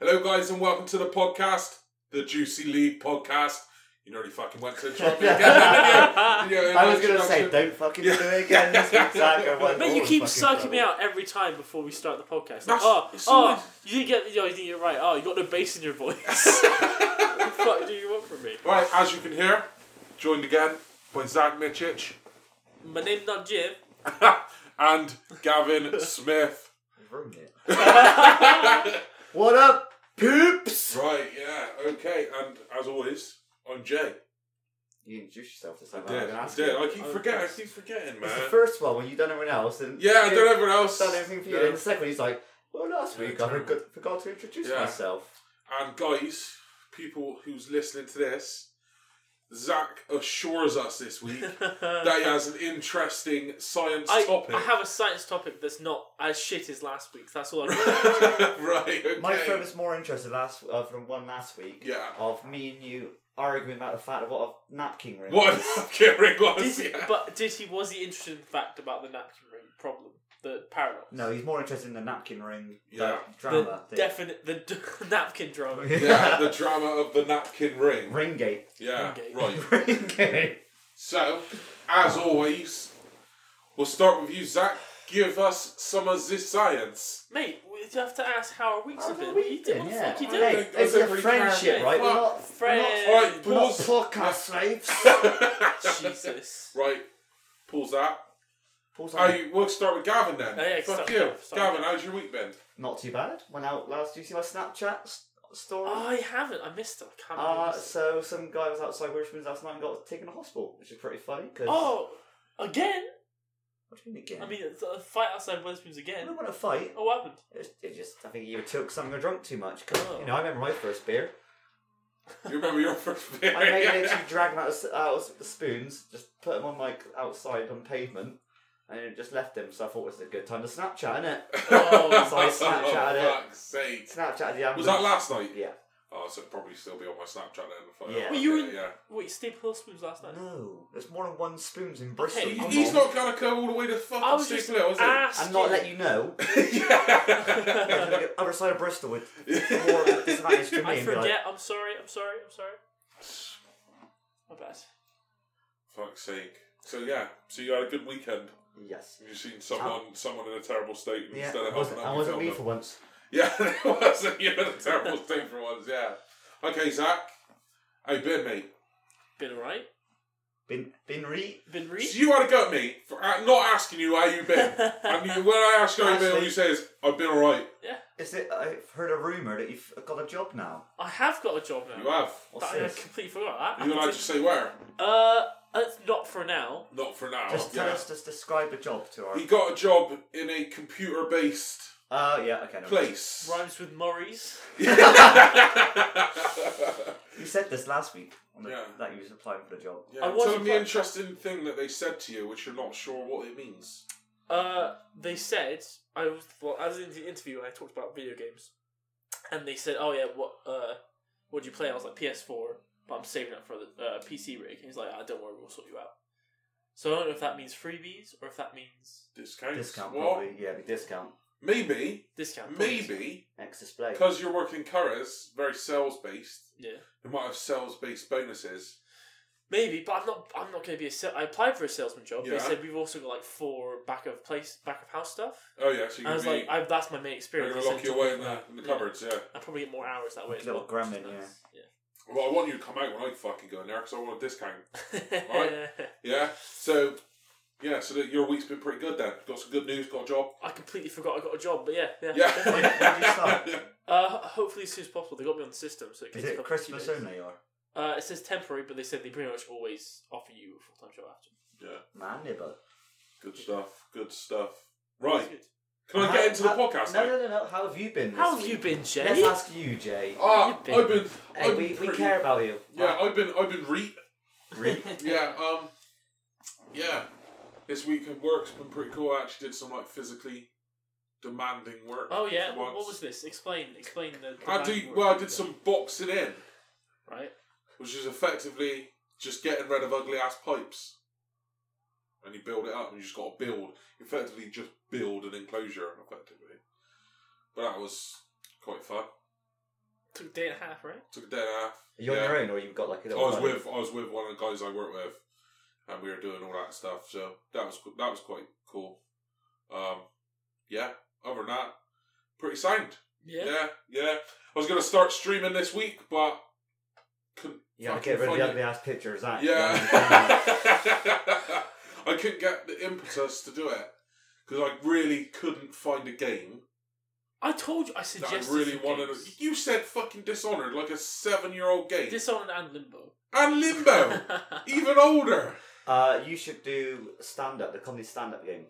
Hello, guys, and welcome to the podcast, the Juicy League podcast. You already fucking went to the top again. didn't you? Did you I was gonna say, introduction? don't fucking Yeah. do it again. This week's saga went But you all keep fucking psyching me trouble. out every time before we start the podcast. Like, That's- oh, it's always- oh, you didn't get, oh, you didn't get it right. Oh, you got no bass in your voice. what the fuck do you want from me? Right, as you can hear, joined again by Zach Michich My name's not Jim. and Gavin Smith. Ruined it. What up, poops? Right, yeah, okay, and as always, I'm Jay. You introduced yourself this I time. did. I I ask did. you. I keep Oh, forgetting. I yes. keep forgetting, man. It's the first one when you done everyone else, and Yeah, I don't know you've everyone else. done everything for you. And the second one, he's like, well, last Yeah, week I true. forgot, forgot to introduce Yeah. myself. And guys, people who's listening to this, Zach assures us this week that he has an interesting science I, topic. I have a science topic that's not as shit as last week's. That's all I got. right. Okay. My friend was more interested last uh, from one last week Yeah. of me and you arguing about the fact of what a napkin ring. What is. Kieran Did was. he, Yeah. but did he was he interested in the fact about the napkin ring problem, the paradox, No, he's more interested in the napkin ring Yeah. like, the drama. thing. definite the d- napkin drama? yeah, the drama of the napkin ring. Ringgate. Yeah, Ringgate. right. Ringgate. So, as always, we'll start with you, Zach. Give us some of this science. Mate, we have to ask how our weeks How have been. our What week you did- been, what the yeah. fuck you I doing? don't Hey, think it's those a are really friendship, friends. right? We're Well, not, friends. We're not, Alright, we're not pause. podcast slaves. Jesus. Right, pause that. Pause Oh, on. you, we'll start with Gavin then. Oh, yeah, Fuck start- you. start- Gavin, how's your week been? Not too bad. Went out last. Do you see my Snapchat s- story? Oh, I haven't. I missed it. I can't Uh, remember. so some guy was outside Richmond's last night and got taken to hospital, which is pretty funny. Cause oh, again? what do you mean again? I mean, it's a fight outside Wetherspoons I again. don't want to fight. Oh, what happened? It, was, it just, I think you took something or drunk too much. 'cause, Oh. you know, I remember my first beer. You remember your first beer? I made yeah. literally drag him out of, s- out of the spoons, just put him on like outside on pavement, and then just left him. So I thought it was a good time to Snapchat, innit? Oh, so I Snapchatted it. fuck's sake. Snapchat the ambulance. Was that last night? Yeah. Oh, so it'll probably still be on my Snapchat then. If I Yeah. upload Well, you it, were- yeah. Wait, you stayed with Spoons last night? No, there's more than one spoons in Bristol. Okay, He- come he's on. not going to go all the way to I fucking was just Six Mill, is he? asking. And not let you know. yeah. I'm gonna go other side of Bristol with more disadvantage to me. I and be like, forget. I'm sorry. I'm sorry. I'm sorry. My bad. Fuck's sake. So yeah, so you had a good weekend. yes. You've seen someone, someone in a terrible state and Yeah, instead of I wasn't, helping I out, wasn't you me helped for them. once. Yeah, it wasn't. You had a terrible state for once. Yeah. Okay, Zach. How you been, mate? Been alright? Been been re. Been So reading? you had a go at me for uh, not asking you how you been. and you, when I ask you how you been, all you say is, I've been alright. Is it? I've heard a rumor that you've got a job now. I have got a job now. You have. What's That- I this? completely forgot that. You allowed to say where? Uh, it's not for now. Not for now. Just tell Oh, yeah. us. Just describe the job to our. He got a job in a computer-based Oh yeah, okay. No. place. Rhymes with Murray's. yeah. You said this last week on the, Yeah. that you was applying for the job. I was Tell him the applying- interesting thing that they said to you, which you're not sure what it means. Uh, they said I was well. I was in the interview and I talked about video games, and they said, "Oh yeah, what uh, what do you play?" I was like, "PS4," but I'm saving up for the uh, PC rig. And he's like, ah, "Don't worry, we'll sort you out." So I don't know if that means freebies or if that means Discount. Discount What? probably. Yeah, the discount. Maybe, discount. points. maybe, Next display. because you're working Curras, very sales-based, yeah, you might have sales-based bonuses. maybe. But I'm not. I'm not going to be a. Sal- I applied for a salesman job. Yeah. They said we've also got like four back of place, back of house stuff. Oh, yeah, so and I you're was going like, I, that's my main experience. to They said lock you to- away in the, in the Yeah. cupboards, yeah. I probably get more hours that way. as Little well, gremlin, which is yeah. nice. Well, I want you to come out when I fucking go in there because I want a discount. yeah. Yeah. So, yeah. So that your week's been pretty good then. Got some good news. Got a job. I completely forgot I got a job, but yeah, yeah. Yeah. definitely. when did you start? Uh, ho- hopefully as soon as possible. They got me on the system, so it Is takes a it couple of Christmas few days. only or? Uh, it says temporary, but they said they pretty much always offer you a full time job after. yeah. Man, nibble. Good stuff. Good stuff. Right. It's Can I How- get into the how- podcast? Uh, No, now? no, no, no. How have you been? good. This How have week? you been, Jay? Let's ask you, Jay. Ah, You've I've been. Hey, I've we, been we pretty- care about you. Yeah, I've been. I've been re. Really? Yeah. Um. Yeah. This week of work's been pretty cool. I actually did some like physically demanding work. Oh yeah. for What, what once. was this? Explain. Explain the. the I bank do. work Well, I you've did done. some boxing in, Right. which is effectively just getting rid of ugly ass pipes. And you build it up, and you just got to build. Effectively, just build an enclosure, effectively. But that was quite fun. took a day and a half, right? Took a day and a half. Are you on Yeah. your own, or you've got like I a little? was buddy? with I was with one of the guys I work with, and we were doing all that stuff. So that was co- that was quite cool. Um, yeah. Other than that, pretty sound. Yeah, yeah. I was gonna start streaming this week, but couldn't. Yeah, I fucking get rid of find the it. ugly ass picture of Zach. Yeah. I couldn't get the impetus to do it because I really couldn't find a game I told you, I that suggested. I really some wanted. games. You said fucking Dishonored, like a seven year old game. Dishonored and Limbo. and Limbo, even older. Uh, you should do stand up, the comedy stand up game.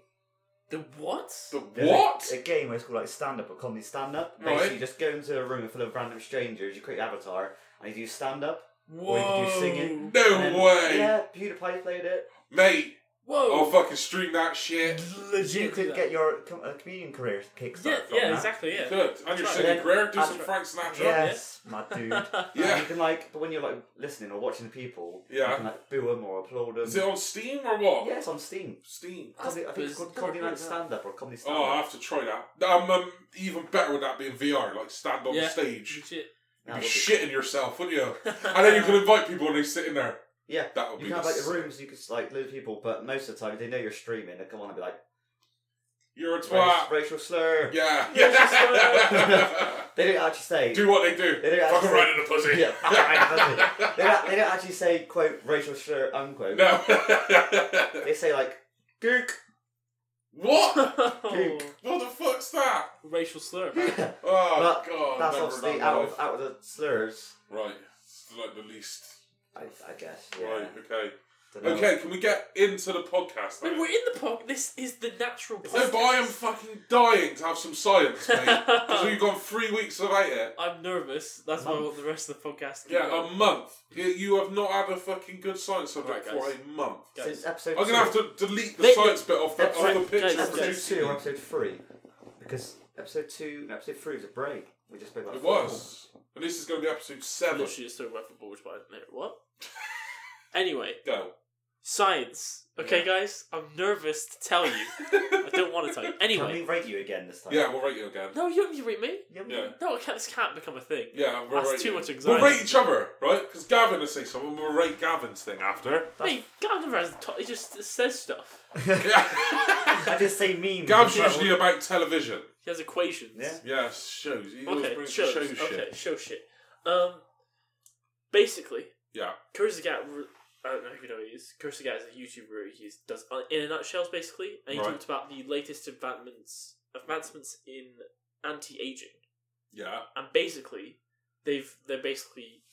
the what? The There's a- what? A, game where it's called like stand up or comedy stand up. Right. Basically, you just go into a room full of random strangers, you create your avatar, and you do stand up. Whoa. you could do singing. No way, Yeah, PewDiePie played it. mate! I'll Whoa. fucking stream that shit. Legit. You could that. get your com- uh, comedian career kickstart Yeah, from yeah, that. exactly, yeah. Good. And That's your right. second Then- career, do and- some Frank Sinatra. Yes, my dude. Yeah. You can like, but when you're like listening or watching people, Yeah. you can like boo them or applaud them. Is it on Steam or what? Yeah, it's on Steam. Steam. Comedy, I think it's called Comedy Night Stand Up or Comedy Stand Oh, I Up. have to try that. I'm um, even better with that being VR, like stand on Yeah. the stage. Legit. You'd be shitting yourself, wouldn't you? And then you can invite people and they're sitting there. Yeah, That would you be can have the like sick- rooms, you could like loads of people, but most of the time they know you're streaming. They come on and be like, You're a "Race- twat. racial slur. Yeah. You're just yeah. They don't actually say. do what they do. They don't Fucking actually right in the pussy. Yeah, fucking right in the pussy. they, don't, they don't actually say quote racial slur unquote. no. They say like gook. what? Puke. What the fuck's that? Racial slur. man. Yeah. Oh But god. That's never obviously done out life. of, out of the slurs. Right. It's like the least. I, I guess. Yeah. Right. Okay. Dunno. Okay. Can we get into the podcast? Wait, Then? we're in the pod. This is the natural podcast. no, but I am fucking dying to have some science, mate. Because we've gone three weeks without it. I'm nervous. That's why I want the rest of the podcast. Um, to Yeah, go. a month. You- You have not had a fucking good science subject Right, for guys. a month. Guys, Since episode. I'm gonna two, have to delete the They- science bit off the, that's off the right, picture. guys, for episode that's producing. two or episode three, because episode two, and episode three was a break. We just spoke about It football. was, and this is gonna be episode I'm seven. literally just talking about football, which by what? anyway, Go. science. Okay, guys, I'm nervous to tell you. I don't want to tell you. Can Anyway, we rate you again this time? Yeah, we'll rate you again. no, you don't need to rate me. Yeah. we- Yeah. No, it can't, this can't become a thing. Yeah, we'll That's rate too you. much We'll anxiety. rate each other, right? Because Gavin will say something. We'll rate Gavin's thing after. Hey, Gav never has the top. He just says stuff. Yeah. I just say memes. Gav's That's usually about television. He has equations. Yeah. Yes, shows. He always Okay, brings shows. show okay, shit. show shit. Um, basically, Yeah. Curse Gat. I don't know if you know who he is. Curse Gat is a YouTuber. He does uh, in a nutshell, basically, and he Right. talked about the latest advancements advancements in anti-aging. Yeah. And basically, they've they're basically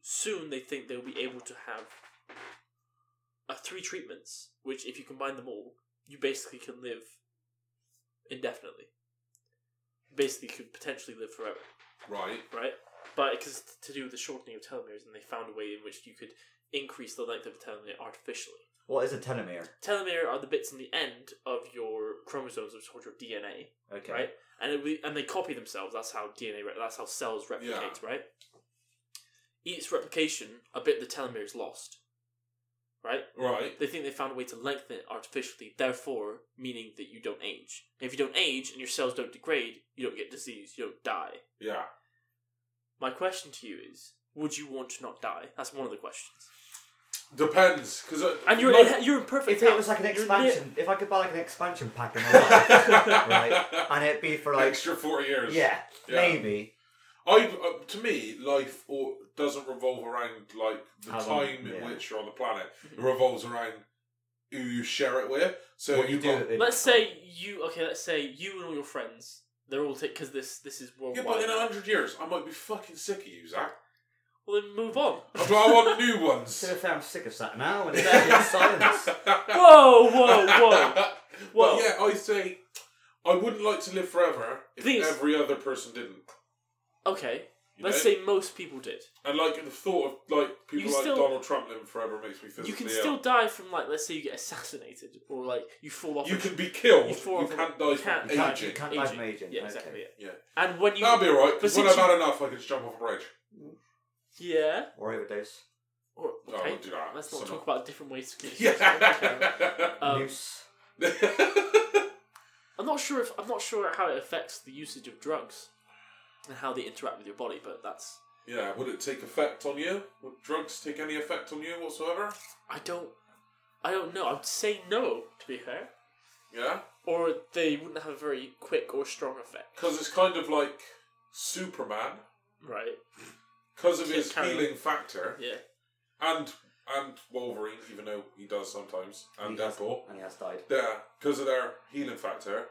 soon they think they'll be able to have uh, three treatments, which if you combine them all, you basically can live indefinitely. Basically, could potentially live forever Right. right? But because to do with the shortening of telomeres, and they found a way in which you could increase the length of a telomere artificially. What is a telomere? Telomere are the bits in the end of your chromosomes which hold your DNA, Okay. right? And it, we- and they copy themselves. That's how DNA. re- That's how cells replicate, right? Each replication, a bit of the telomere is lost, right? Right. They think they found a way to lengthen it artificially, therefore meaning that you don't age. If you don't age and your cells don't degrade, you don't get disease, you don't die. Yeah. My question to you is: Would you want to not die? That's one of the questions. Depends, uh, because And you're in, you're in perfect. If it health. was like an You're expansion, if I could buy like an expansion pack in my life, right, and it'd be for like, extra four years. yeah, Yeah. maybe. I uh, to me, life or doesn't revolve around like the How long- time in yeah. which you're on the planet. It Mm-hmm. revolves around who you share it with. So what you you've do. got- in- Let's say you okay. Let's say you and all your friends. They're all because this this is Yeah, worldwide. but in a hundred years, I might be fucking sick of you, Zach. well, then move on. But I want new ones. To be fair, I'm sick of that now, and it's in silence. whoa, whoa, whoa! Whoa. Well, yeah, I say I wouldn't like to live forever if Please. every other person didn't. Okay, you let's know? say most people did. and like the thought of like people You like still- Donald Trump living forever makes me physically You can ill. still die from like let's say you get assassinated or like you fall off. You a- can be killed. You You, fall off a- can't die you can't- from You can't, aging. you can't buy Aging. from agent. yeah, okay. exactly. Yeah. Yeah. And when you That'll be alright. But Because when since I've had enough, I can just jump off a bridge. yeah, Or overdose. or No, I okay, won't do that. let's not Somehow. talk about different ways to get. Yeah. Um, Noose. I'm not sure if I'm not sure how it affects the usage of drugs. and how they interact with your body. But that's Yeah, would it take effect on you? Would drugs take any effect on you whatsoever? I don't I don't know. I'd say no to be fair, Yeah, or they wouldn't have a very quick or strong effect. because it's kind of like Superman Right. because of Yeah, his carry on. healing factor Yeah. and and Wolverine, even though he does sometimes, and He has- Deadpool. and he has died. Yeah, because of their healing factor.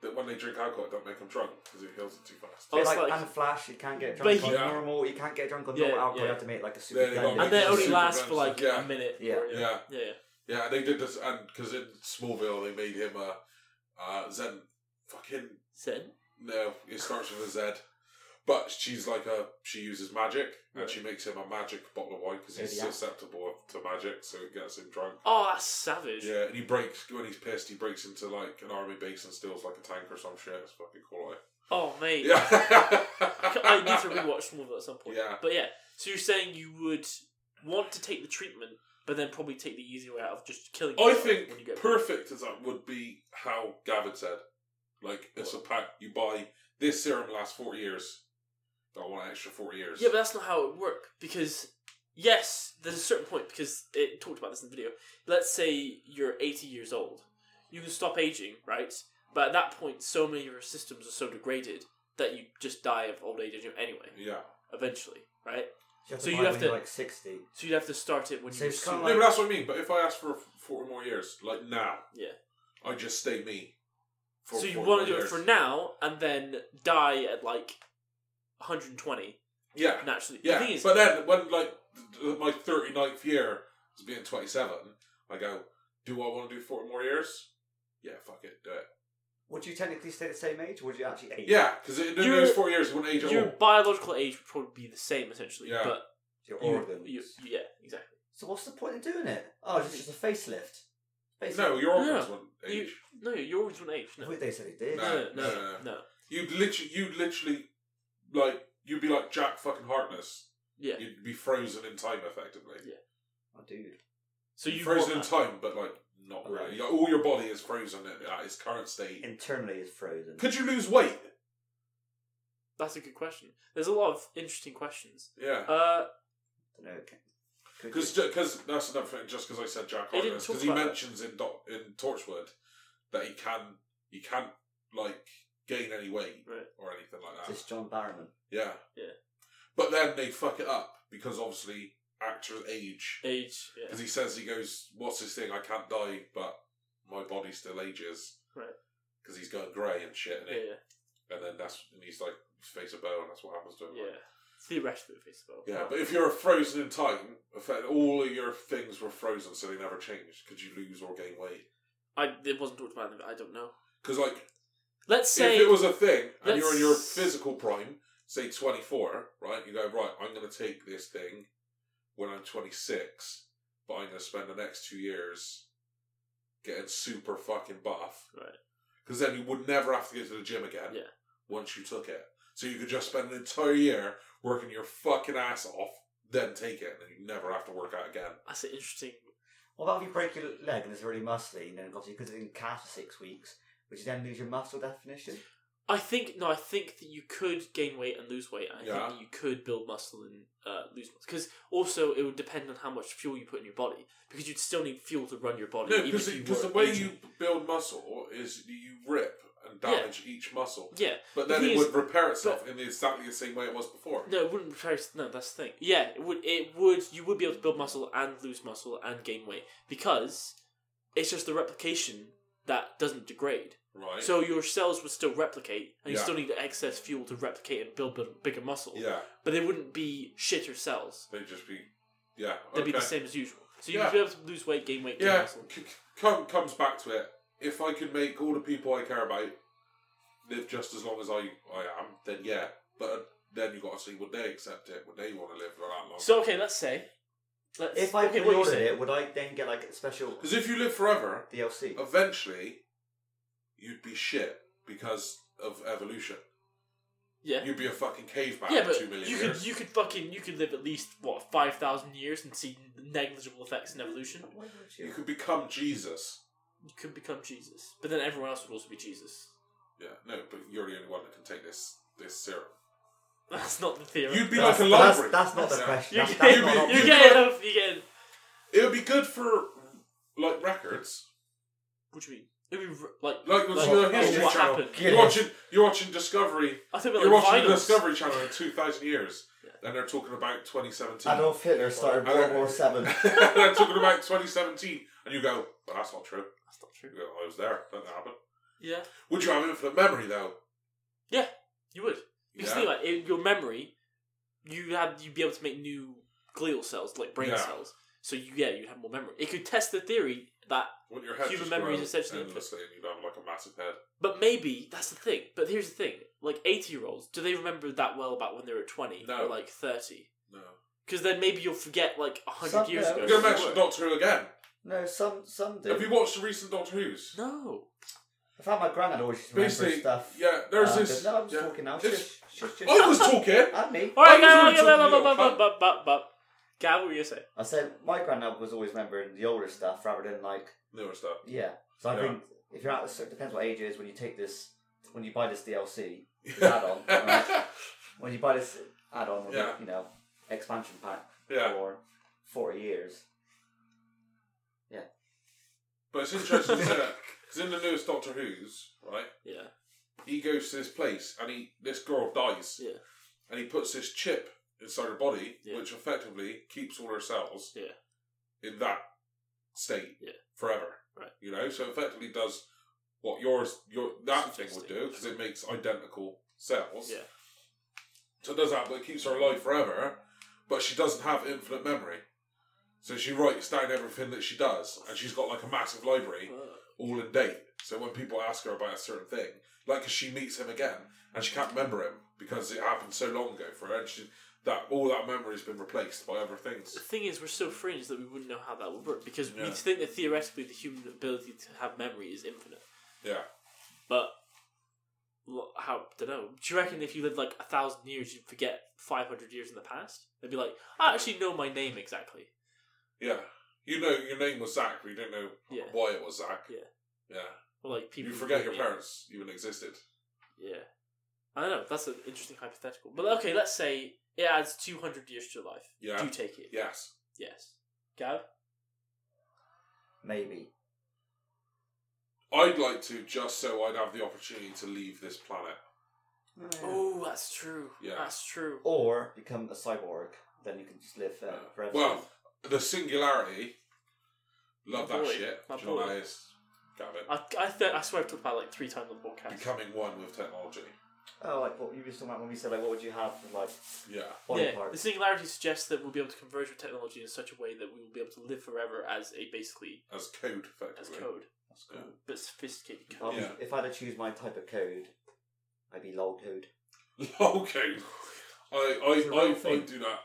That when they drink alcohol, it don't make them drunk because it heals it too fast. Oh, Bit it's like, like- and Flash, you can't get But drunk he- on Yeah. normal. You can't get drunk on Yeah, normal alcohol. yeah. You have to make like a There super you go. blended- Like And they the only super last for guns, like yeah. a minute. Yeah. or- Yeah, Yeah. yeah, they did this, and because in Smallville they made him a uh, Zen fucking Zen. no. It starts with a Z, but she's like a she uses magic and Right. she makes him a magic bottle of wine because he's Yeah. susceptible to magic, so it gets him drunk. Oh, that's savage. Yeah, and he breaks when he's pissed. He breaks into like an army base and steals like a tank or some shit. It's fucking cool. Oh, mate. Yeah, I need to rewatch Smallville at some point. Yeah. But yeah, so you're saying you would want to take the treatment, but then probably take the easy way out of just killing. I yourself think when you get perfect as that would be how Gavin said. Like it's a pack you buy. This serum lasts forty years. I want an extra forty years. Yeah, but that's not how it would work because yes, there's a certain point because it talked about this in the video. Let's say you're 80 years old, you can stop aging, right? But at that point, so many of your systems are so degraded that you just die of old age anyway, yeah. eventually, right? You have So to you buy have when to- you're, like sixty. So you'd have to start it when So you're it's kinda super- no, but that's what I mean. But if I ask for forty more years, like now, Yeah. I just stay me. For so you 40 want more to do it years. for now and then die at like 120 Yeah, naturally. yeah. The thing is, but then when like th- my 39th year is being twenty seven, I go, do I want to do forty more years? Yeah, fuck it, do it. Would you technically stay the same age? Or would you actually age? Yeah, because in You're- those four years, it wouldn't age at your all. biological age would probably be the same essentially, Yeah. but Your you- organs. you- yeah, exactly. So what's the point in doing it? Oh, it's just a facelift. Facelift. No, your No, organs wouldn't You- age. no, your organs wouldn't age. No. Wait, they said they did. No. no, no, no, no. You'd literally, you'd literally, like, you'd be like Jack fucking Harkness. Yeah. You'd be frozen in time, effectively. Oh, dude. So you want frozen in that. time, but like not Right. really. Like, all your body is frozen at, at its current state. Internally is frozen. Could you lose weight? That's a good question. There's a lot of interesting questions. Yeah, Uh, I don't know. can- could because you? that's another thing. Just because I said Jack They didn't Harkness, because talk he about mentions in Doc- in Torchwood that he can he can't like gain any weight Right. or anything like that. Is this John Barrowman? Yeah. Yeah. But then they fuck it up because obviously actors age. age. Yeah. Because he says he goes, "What's this thing? I can't die, but my body still ages." Right. Because he's going grey and shit, Yeah. and, and then that's and he's like his face a bow, and that's what happens to him. Yeah. Theoretically, face about. Yeah, but if you're frozen in time, effect- all of your things were frozen, so they never changed. Could you lose or gain weight? I it wasn't talked about. in the- I don't know. Because like, Let's say if it was a thing, and you're in your let's- physical prime, say 24, right? You go right. I'm going to take this thing when I'm 26, but I'm going to spend the next two years getting super fucking buff. Right. Because then you would never have to go to the gym again. Yeah. Once you took it, so you could just spend an entire year working your fucking ass off, then take it, and you never have to work out again. that's an interesting. What about if you break your leg and it's really muscly, and then obviously because it's in cast for six weeks, would you then lose your muscle definition? I think no. I think that you could gain weight and lose weight. and I Yeah. think you could build muscle and uh, lose muscle because also it would depend on how much fuel you put in your body because you'd still need fuel to run your body. No, even if because you the were way aging. you build muscle is you rip and damage each muscle. yeah But The then thing it is- would repair itself in exactly the same way it was before. No, it wouldn't repair. No, that's the thing. Yeah, it would. It would. You would be able to build muscle and lose muscle and gain weight because it's just the replication that doesn't degrade. Right. So your cells would still replicate, and you Yeah. still need excess fuel to replicate and build big- bigger muscle. yeah, But they wouldn't be shitter cells. they'd just be yeah. They'd okay. be the same as usual. So you'd Yeah. be able to lose weight, gain weight, gain Yeah, muscle. c- c- come comes back to it. If I could make all the people I care about live just as long as I I am, then yeah. But then you got to see would they accept it? Would they want to live for that long? So okay, let's say. Let's, If I okay, what you pre-ordered say. it, would I then get like a special Because if you live forever, DLC? eventually you'd be shit because of evolution. yeah. You'd be a fucking caveman yeah, for two but million you years. could you could fucking you could live at least what five thousand years and see negligible effects in evolution. Why would You you? could become Jesus. you could become Jesus, but then everyone else would also be Jesus. Yeah, no, but you're the only one that can take this this syrup. That's not the theory. You'd be That's- like a that's- library. That's, not the Yeah. question. you're That's, that's getting, not an you- you're option. getting, a- you're getting. It would be good for like records. What do you mean? It'd be r- like, Like, like so oh, History what Channel. happened? You're watching, you're watching Discovery. I think You're we're like watching the vinyls. Discovery Channel in 2,000 years, Yeah. and they're talking about 2017. Adolf Hitler started I World don't- War Seven. they're talking about 2017, and you go, "But that's not true." That's not true. You go, "I was there. That didn't happen." Yeah, Would you have infinite memory though? you would. Because think about it, your memory, you have you'd be able to make new glial cells, like brain Yeah. cells. So you, yeah, you have more memory. It could test the theory that, Wouldn't your head Human just memory is grow essentially endlessly, and you'd have like a massive head. but maybe that's the thing. But here's the thing: like eighty year olds, do they remember that well about when they were twenty No. or like thirty? No. Because then maybe you'll forget like hundred Some- years yeah. You're ago. gonna mention Doctor Who again. No, some some do. Have you watched the recent Doctor Who's? No, I found my granddad always used to remember Basically, stuff. yeah. There's Uh, this. No, I'm just yeah. talking now. It's- Shush, shush, shush. I was talking. And me. All right, I Gav, was Gav, really Gav, talking Gav, about Gav, Gav, Gav, Gav. Gav, what were you gonna say? I said my granddad was always remembering the older stuff rather than like Newer stuff. yeah. So I Yeah. think if you're at so it depends what age it is when you take this when you buy this DLC add-on. right? when you buy this add-on with Yeah. you know expansion pack yeah, for forty years. but it's interesting to because in the newest Doctor Who's, right, Yeah, he goes to this place and he this girl dies. Yeah. And he puts this chip inside her body, Yeah. which effectively keeps all her cells. Yeah. In that state. Yeah. Forever. Right. You know, so effectively does what yours your that thing would Interesting. do because it makes identical cells. Yeah. So it does that, but it keeps her alive forever. But she doesn't have infinite memory. So she writes down everything that she does, and she's got like a massive library all in date. So when people ask her about a certain thing, like 'cause she meets him again and she can't remember him because it happened so long ago for her, and she, that all that memory has been replaced by other The things. thing is, we're so fringe that we wouldn't know how that would work because we Yeah. think that theoretically the human ability to have memory is infinite. Yeah. But lo- how don't know? Do you reckon if you lived like a thousand years, you'd forget five hundred years in the past? They'd be like, I actually know my name exactly. Yeah, you know your name was Zach, but you didn't know Yeah. why it was Zach. Yeah. yeah. Or like people You forget your yeah. parents even existed. Yeah, I don't know. That's an interesting hypothetical. But okay, let's say it adds two hundred years to your life. Yeah. Do you take it? Yes. Yes. Gav. Maybe. I'd like to just so I'd have the opportunity to leave this planet. Oh, that's true. Yeah. That's true. Or become a cyborg, then you can just live uh, forever. Well, the singularity. Love My that boy. shit. My Do you know what boy. that is, Gavin? I I, th- I swear I've talked about it like three times on the podcast. Becoming one with technology. oh, like what you were talking about when we said like what would you have for like Yeah. body yeah, the parts? singularity suggests that we'll be able to converge with technology in such a way that we will be able to live forever as a basically As code, effectively. as code, That's cool. but sophisticated code. Um, Yeah. If I had to choose my type of code, I'd be lol code. Okay. I It's I, a real I, I thing. do that.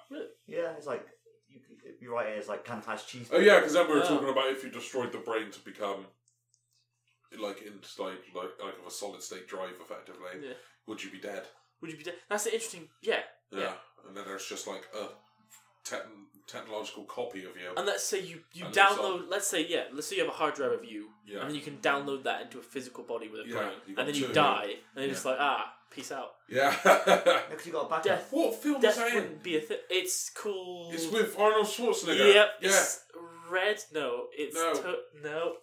Yeah, it's like you, you write it as like can hash cheese. Oh yeah, because then we were Oh. talking about if you destroyed the brain to become like inside like like of a solid state drive, effectively, Yeah. would you be dead? Would you be? da- That's an interesting. Yeah, Yeah. Yeah. And then there's just like a techn- technological copy of you. and let's say you you And it's download. Let's say yeah. Let's say you have a hard drive of you, yeah. and then you can download that into a physical body with a Yeah, you brain, got and then you two, die, and it's just like ah, peace out. yeah. because you got a backup. Death. what film is Death that in? wouldn't be a thing. It's cool. It's with Arnold Schwarzenegger. Yep. Yeah. It's red. No. It's No. to- no.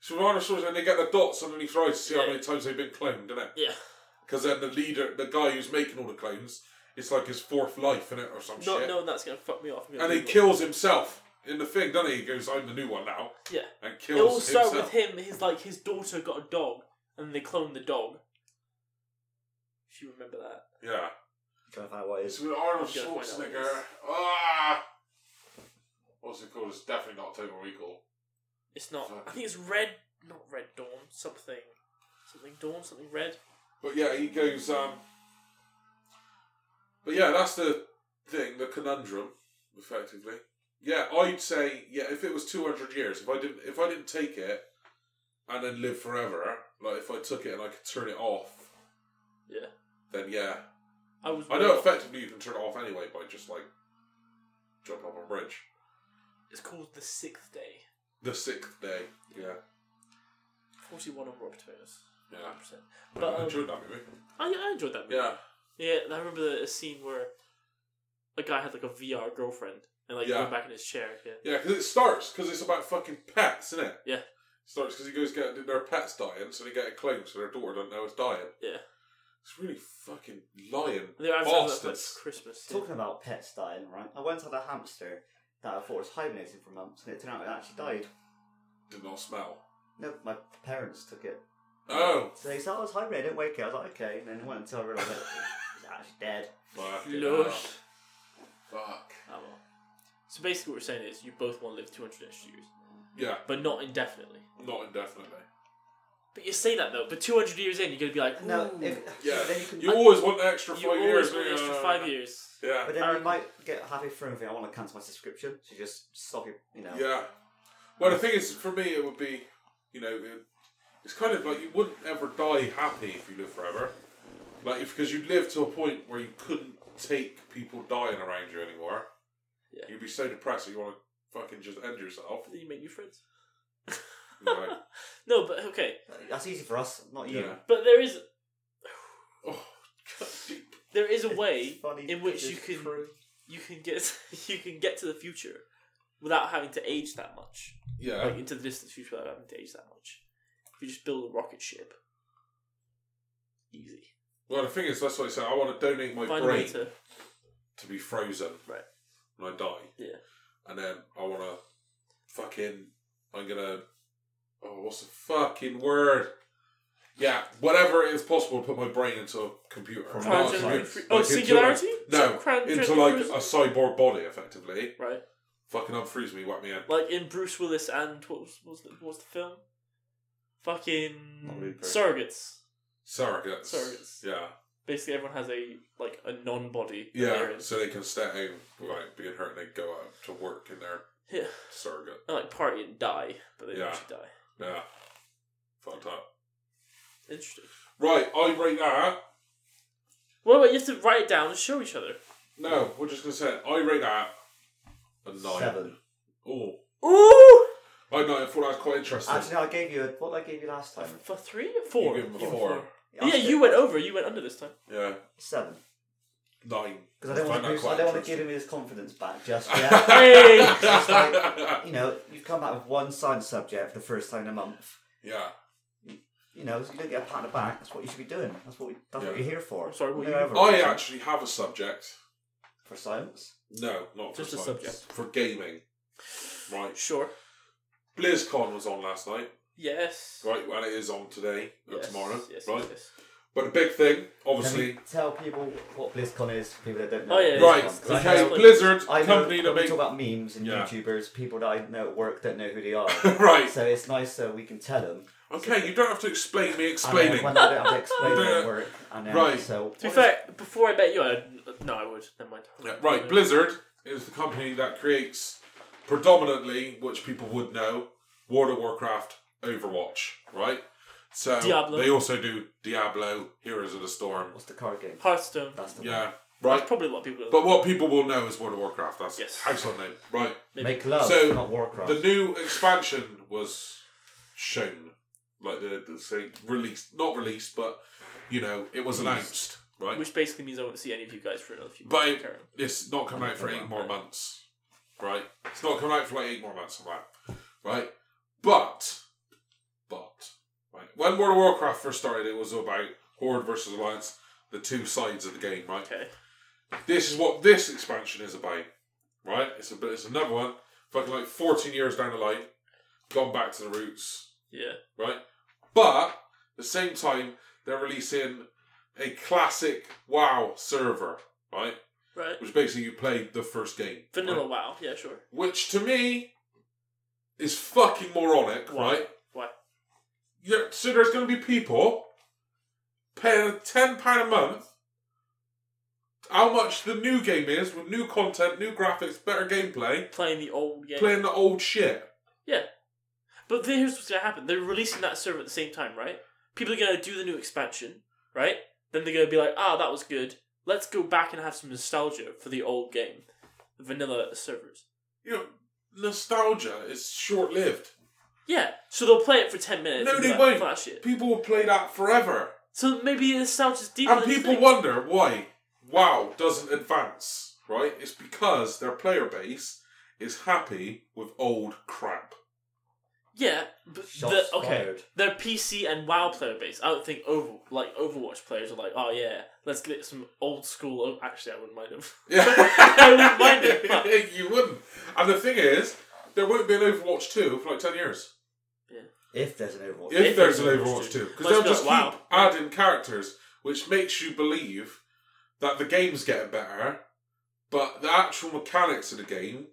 It's with Arnold Schwarzenegger, and they get the dots underneath their eyes to see Yeah. how many times they've been cloned, innit? Yeah. Because then the leader, the guy who's making all the clones, it's like his fourth life in it or some Not shit. knowing that's gonna fuck me off. I'm gonna and he Google it. kills himself in the thing, doesn't he? He goes, "I'm the new one now." Yeah. and It all kills started with himself. him. His like his daughter got a dog, and they cloned the dog. If you remember that, Yeah, Trying to find out what it it's is. with Arnold I'm gonna find out what it Schwarzenegger. is. Ah, what's it called? It's definitely not Total Recall. it's not. I think it's red, not red dawn. Something, something dawn, something red. But yeah, he goes. um But yeah, that's the thing, the conundrum, effectively. Yeah, I'd say yeah. If it was two hundred years, if I didn't, if I didn't take it, and then live forever, like if I took it and I could turn it off, Yeah. then yeah, I was. I know effectively you can turn it off anyway by just like jumping off a bridge. It's called the sixth day. The sixth day. Yeah. Forty-one on Rotten Tomatoes. Yeah. percent. But I um, enjoyed that movie. I, I enjoyed that. Movie. Yeah. Yeah, I remember the, a scene where a guy had like a VR girlfriend and like Yeah. went back in his chair. Yeah. Yeah, because it starts because it's about fucking pets, isn't it? Yeah. starts because he goes get their pets dying, so they get a claim, so their daughter don't know it's dying. Yeah. it's really fucking lying. And they were advertising that Bastards. for Christmas. yeah. Talking about pets dying, right? I once had a hamster that I thought was hibernating for months, and it turned out it actually died. Did not smell. No, my parents took it. Oh, So they said, oh, it's hibernating, don't wake it. I was like, okay. And then it went until I realised it was actually dead. fucking Lord. hell. Fuck. Ah, well. So basically, what we're saying is you both want to live 200 extra years, Yeah, but not indefinitely. not indefinitely. But you say that though, but 200 years in, you're going to be like, No, "Ooh, if, Yeah, then you can. you always want the extra you five always years. want an extra yeah. five years. Yeah, but then I- you might get happy for anything. I want to cancel my subscription. So you just stop your, you know. yeah. Well, the thing is, for me, it would be, you know, it- it's kind of like you wouldn't ever die happy if you live forever, like if, because you'd live to a point where you couldn't take people dying around you anymore. Yeah. You'd be so depressed that you want to fucking just end yourself. Then you make new friends. Like, No, but okay. That's easy for us, not you. yeah. But there is Oh, God, deep. there is a way It's funny in which pictures you can through. you can get you can get to the future without having to age that much. yeah. Like into the distant future without having to age that much. If you just build a rocket ship. Easy. Well, the thing is, that's what I said. I want to donate my Find a way brain to to be frozen. Right. When I die. Yeah. And then I want to fucking. I'm gonna. Oh, what's the fucking word? Yeah, whatever is possible to put my brain into a computer. From Not a Mars, Cryogenic computer. like- free- Like, Oh into, like- singularity? no, Cryogenic into like freeze- a cyborg body, effectively. Right. Fucking unfreeze me, whack me in. Like in Bruce Willis and what was what was the, what was the film? Not Fucking Looper. Surrogates. Surrogates. Surrogates. Yeah. Basically everyone has a like a non body Yeah, so they can stay home like being hurt and they go out to work in their Yeah. surrogate. And like party and die, but they Yeah. don't actually die. Yeah. Fucked up. Interesting. Right, I rate that. Well, wait, you have to write it down and show each other. No, we're just gonna say it. I rate that a nine. Seven. Oh. Ooh! I know, I thought that was quite interesting. Actually, no, I gave you a, what did I gave you last time. For three or four? You give 'em a Yeah, four. Yeah, you went over. You went under this time. yeah. seven Nine. because I don't Find want to. that Bruce, quite I don't want to interesting. give him his confidence back just yet. Hey! It's like- you know, you've come out with one science subject for the first time in a month. yeah. You know, so you don't get a pat on the back. That's what you should be doing. That's what we, that's what Yeah. you're here for. I'm sorry, what Get you- Oh, over it. I actually have a subject. for science. No, not Just for a science. subject. For gaming. Right. Sure. BlizzCon was on last night. Yes. Right, well it is on today or Yes, tomorrow. Yes, right. yes. But the big thing, Can obviously we tell people what BlizzCon is? For people that don't know. Oh, yeah, Right, BlizzCon? 'Cause Like, I okay, know, how- Blizzard, I know company when that we make... talk about memes and Yeah. YouTubers. People that I know at work don't know who they are. Right, So it's nice that we can tell them. okay, you don't have to explain me And explaining. then when they don't have to explain Yeah. their work. And then, Right. So To be fair, before I met you, I no, I would. Never mind. Uh, Yeah, right, Blizzard is the company that creates predominantly, which people would know, World of Warcraft, Overwatch, right? So Diablo. they also do Diablo, Heroes of the Storm. what's the card game? Hearthstone. That's the Yeah, That's right. probably a lot of people. But what people will know is World of Warcraft. That's Yes. household name, right? one. Make love, So, not Warcraft. The new expansion was shown, like the, the say released, not released, but you know it was announced, right? which basically means I won't see any of you guys for another few. But months. it- It's not coming out for eight more months, right? It's not coming out for like eight more months, right? Right? But, but, right? When World of Warcraft first started, it was about Horde versus Alliance, the two sides of the game, right? okay. This is what this expansion is about, right? It's a bit, it's another one, fucking like 14 years down the line, gone back to the roots, Yeah. right? But at the same time, they're releasing a classic WoW server, right? Right. Which basically you play the first game, Vanilla. right? Wow. Yeah. Sure. which to me is fucking moronic, Why? right? Why? Yeah, so there's going to be people paying ten pound a month. How much the new game is with new content, new graphics, better gameplay, Playing the old game. playing the old shit. But then here's what's gonna happen: they're releasing that server at the same time, right? People are gonna do the new expansion, right? Then they're gonna be like, "Ah, that was good. Let's go back and have some nostalgia for the old game, the vanilla servers." You know, nostalgia is short lived. Yeah, so they'll play it for ten minutes. No, and they be like, won't. "Fuck that shit." People will play that forever. So maybe the nostalgia is deeper. And than you people think. wonder why WoW doesn't advance, right? It's because their player base is happy with old crap. Yeah, but the, Shots okay. fired. Their PC and WoW player base. I don't think over like Overwatch players are like, oh yeah, let's get some old school. O-. Actually, I wouldn't mind them. Yeah. I wouldn't mind it, but- you wouldn't. And the thing is, there won't be an Overwatch 2 for like 10 years. If there's an Overwatch. If, If there's an there's Overwatch 2. But Because they'll it's just not WoW. keep adding characters, which makes you believe that the game's getting better, but the actual mechanics of the game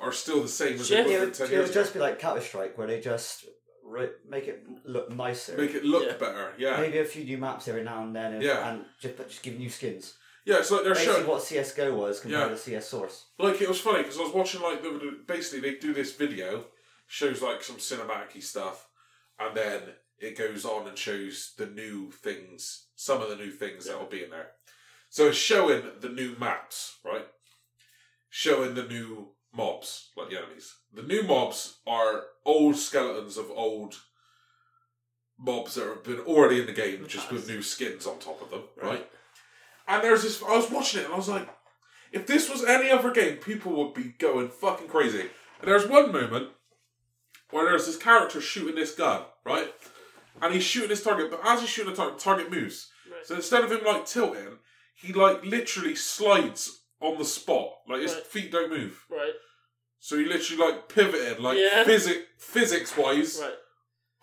are still the same as Yeah, they It were would, 10 it would years ago. just be like Counter Strike, where they just re- make it look nicer. Make it look Yeah. better, yeah. Maybe a few new maps every now and then, and, Yeah. and just, but just give new skins. Yeah, it's like they're Basically, showing. what CS:GO was compared Yeah. to CS Source. Like it was funny because I was watching like the, the- basically they do this video shows like some cinematic stuff, and then it goes on and shows the new things, some of the new things that will be in there. So it's showing the new maps, right? Showing the new mobs, like the enemies. The new mobs are old skeletons of old mobs that have been already in the game, just with new skins on top of them, right? And there's this. I was watching it and I was like, if this was any other game, people would be going fucking crazy. And there's one moment where there's this character shooting this gun, right? And he's shooting his target, but as he's shooting the target, target moves. Right. So instead of him like tilting, he like literally slides on the spot. Like his Right. feet don't move. Right, So he literally like pivoted, like Yeah. physic physics wise, right,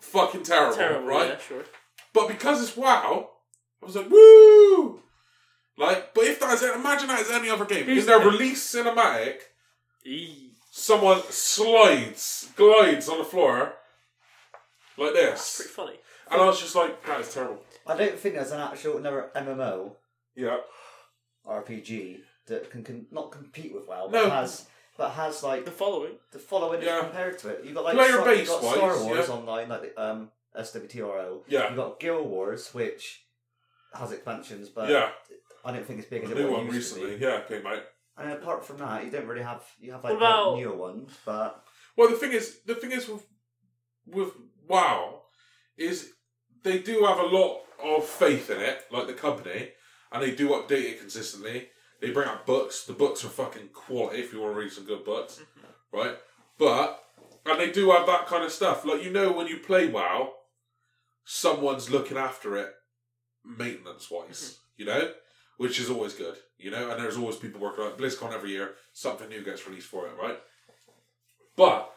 fucking terrible, terrible. right? Yeah, sure. But because it's WoW, I was like, woo! Like, but if that's it, imagine that is any other game. Here's In their the thing. release cinematic, Eee. someone slides, glides on the floor like this. Pretty funny. And I was just like, that is terrible. I don't think there's an actual another MMO Yeah. RPG that can, can not compete with WoW, No. but has but has like The following. the following Yeah. compared to it. You got like Player Star, base you got wise, Star Wars yeah. online, like the, um SWTRO. Yeah. You got Guild Wars, which has expansions, but yeah. Uh, I don't think it's big as it New was one used recently. to be. Yeah, came out. And apart from that, you don't really have you have like What about- the newer ones, but Well, the thing is, the thing is with with WoW is they do have a lot of faith in it, like the company, and they do update it consistently. They bring out books. The books are fucking quality if you want to read some good books, right? But and they do have that kind of stuff. Like you know, when you play WoW, someone's looking after it maintenance wise, Mm-hmm. you know, which is always good, you know. And there's always people working on it. BlizzCon every year, something new gets released for it, right? But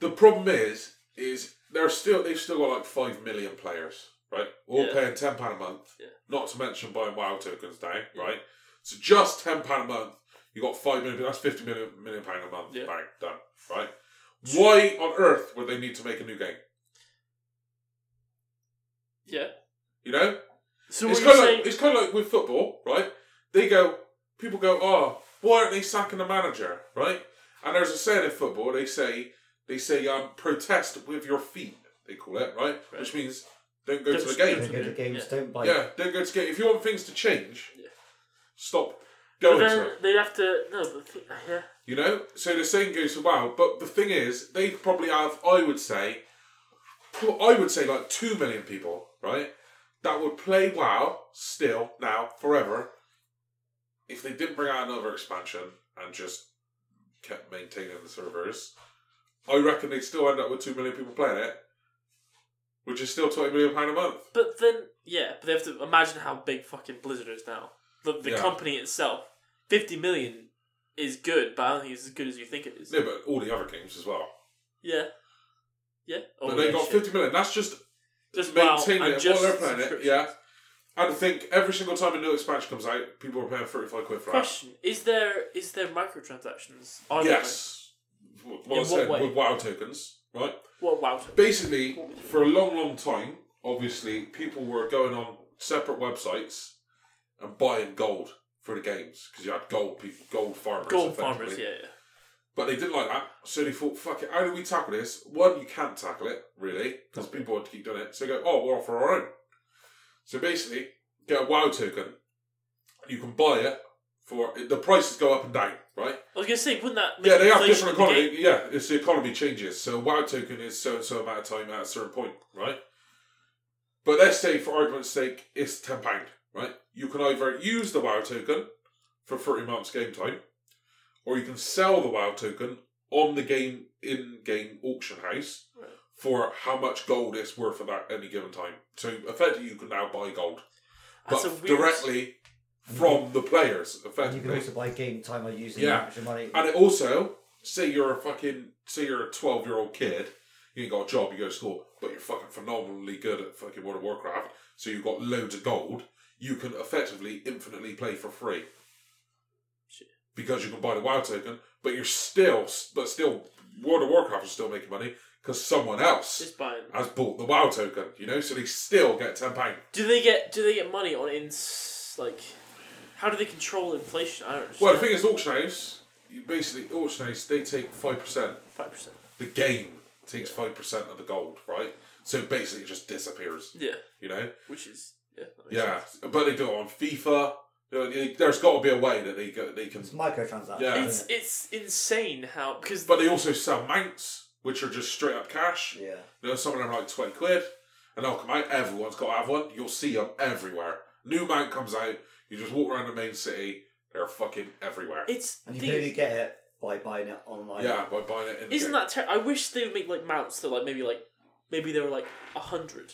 the problem is, is they're still they've still got like five million players, right? All Yeah. paying ten pound a month, Yeah. not to mention buying WoW tokens now, Yeah. right? So just ten pound a month, you got five million. That's fifty million million pound a month. Yeah. Bang, done. Right? Why on earth would they need to make a new game? Yeah. You know, So it's what kind you're of saying? like, it's kind of like with football, right? They go, people go, oh, why aren't they sacking the manager, right? And there's a saying in football. They say they say um, protest with your feet. They call it right, Right. which means don't go Don't to the scream. game. don't go to games, don't buy Yeah, don't go to the game. If you want things to change, Yeah. stop But going to then it. they have to no. But th- yeah. You know, so the same goes for WoW. But the thing is, they probably have, I would say, pro- I would say like two million people, right, that would play WoW still now forever, if they didn't bring out another expansion and just kept maintaining the servers. I reckon they'd still end up with two million people playing it, which is still twenty million pound a month. But then yeah, but they have to imagine how big fucking Blizzard is now. The, the Yeah. company itself, fifty million is good, but I don't think it's as good as you think it is. No, but all the other games as well. Yeah. Yeah. Oh, but they yeah, got shit. fifty million. That's just Just maintain wow, it and while just they're playing it. subscriptions. Yeah. And I think every single time a new expansion comes out, people are paying 35 quid for that. Question: Is there is there microtransactions? Are there Yes. What I In what said way? with WoW tokens, right? micro- What wow? Basically, for a long, long time, obviously, people were going on separate websites and buying gold for the games because you had gold people, gold farmers. Gold effectively. farmers. Yeah, yeah. But they didn't like that, so they thought, fuck it, how do we tackle this? One, you can't tackle it, really, because people want to keep doing it. So they go, oh, we'll offer our own. So basically, get a WoW token. You can buy it for, the prices go up and down, right? I was gonna say, wouldn't that Yeah, they have inflation different in the game- economy. yeah, it's the economy changes. So WoW token is so and so amount of time at a certain point, right? But let's say, for argument's sake, it's ten pound, right? You can either use the WoW token for thirty months game time, or you can sell the WoW token on the game in-game auction house Right. for how much gold it's worth at that any given time. So effectively, you can now buy gold, but That's a weird. directly from the players. And you can Effectively, also buy game time by using Yeah. that extra money. and it also, say you're a fucking, say you're a 12 year old kid, you ain't got a job, you go to school, but you're fucking phenomenally good at fucking World of Warcraft, so you've got loads of gold, you can effectively infinitely play for free. Shit. Because you can buy the WoW token, but you're still, but still, World of Warcraft is still making money because someone else Just buying. has bought the WoW token, you know, so they still get £10. Do they get do they get money on in like? How do they control inflation? I don't understand. Well, the thing is, Auction House, you basically, Auction House, they take 5%. five percent. the game takes five percent of the gold, right? So basically, it just disappears. Yeah, You know, which is yeah. that makes yeah. sense. But they do it on FIFA. You know, they- There's got to be a way that they go, they can. It's microtransactions. Yeah. It's it's insane how because But they also sell mounts, which are just straight up cash. Yeah. You know, some of them are like twenty quid, and they'll come out. Everyone's got to have one. You'll see them everywhere. New mount comes out. You just walk around the main city. They're fucking everywhere. it's And you the- can only get it by buying it online. yeah, by buying it in. the Isn't game. that ter- I wish they would make like mounts that like maybe like maybe they were like a hundred.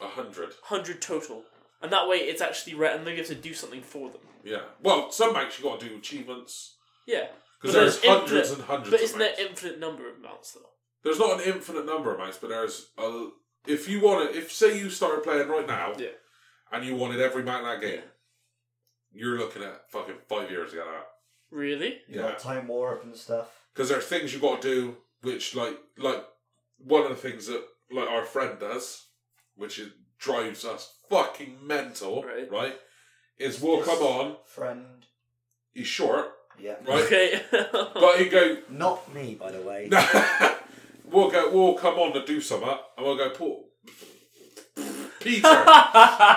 a hundred? Hundred total. And that way it's actually right and they have to do something for them. Yeah. Well, some mounts you got to do achievements Yeah. But because there's there's hundreds and hundreds. But of isn't there mounts. infinite number of mounts though? There's not an infinite number of mounts, but there's a. If you want to, if say you started playing right now, Yeah. and you wanted every mount in that game, you're looking at fucking five years to get that. Really? You Yeah. got time warp and stuff. Because there are things you got to do, which like like one of the things that like our friend does, which is, drives us fucking mental, Right. right? Is we'll Yes. come on. Friend. He's short, Yeah. right? Okay. But he go, Not me, by the way. we'll go, we'll come on to do something, and we'll go, Paul, Peter.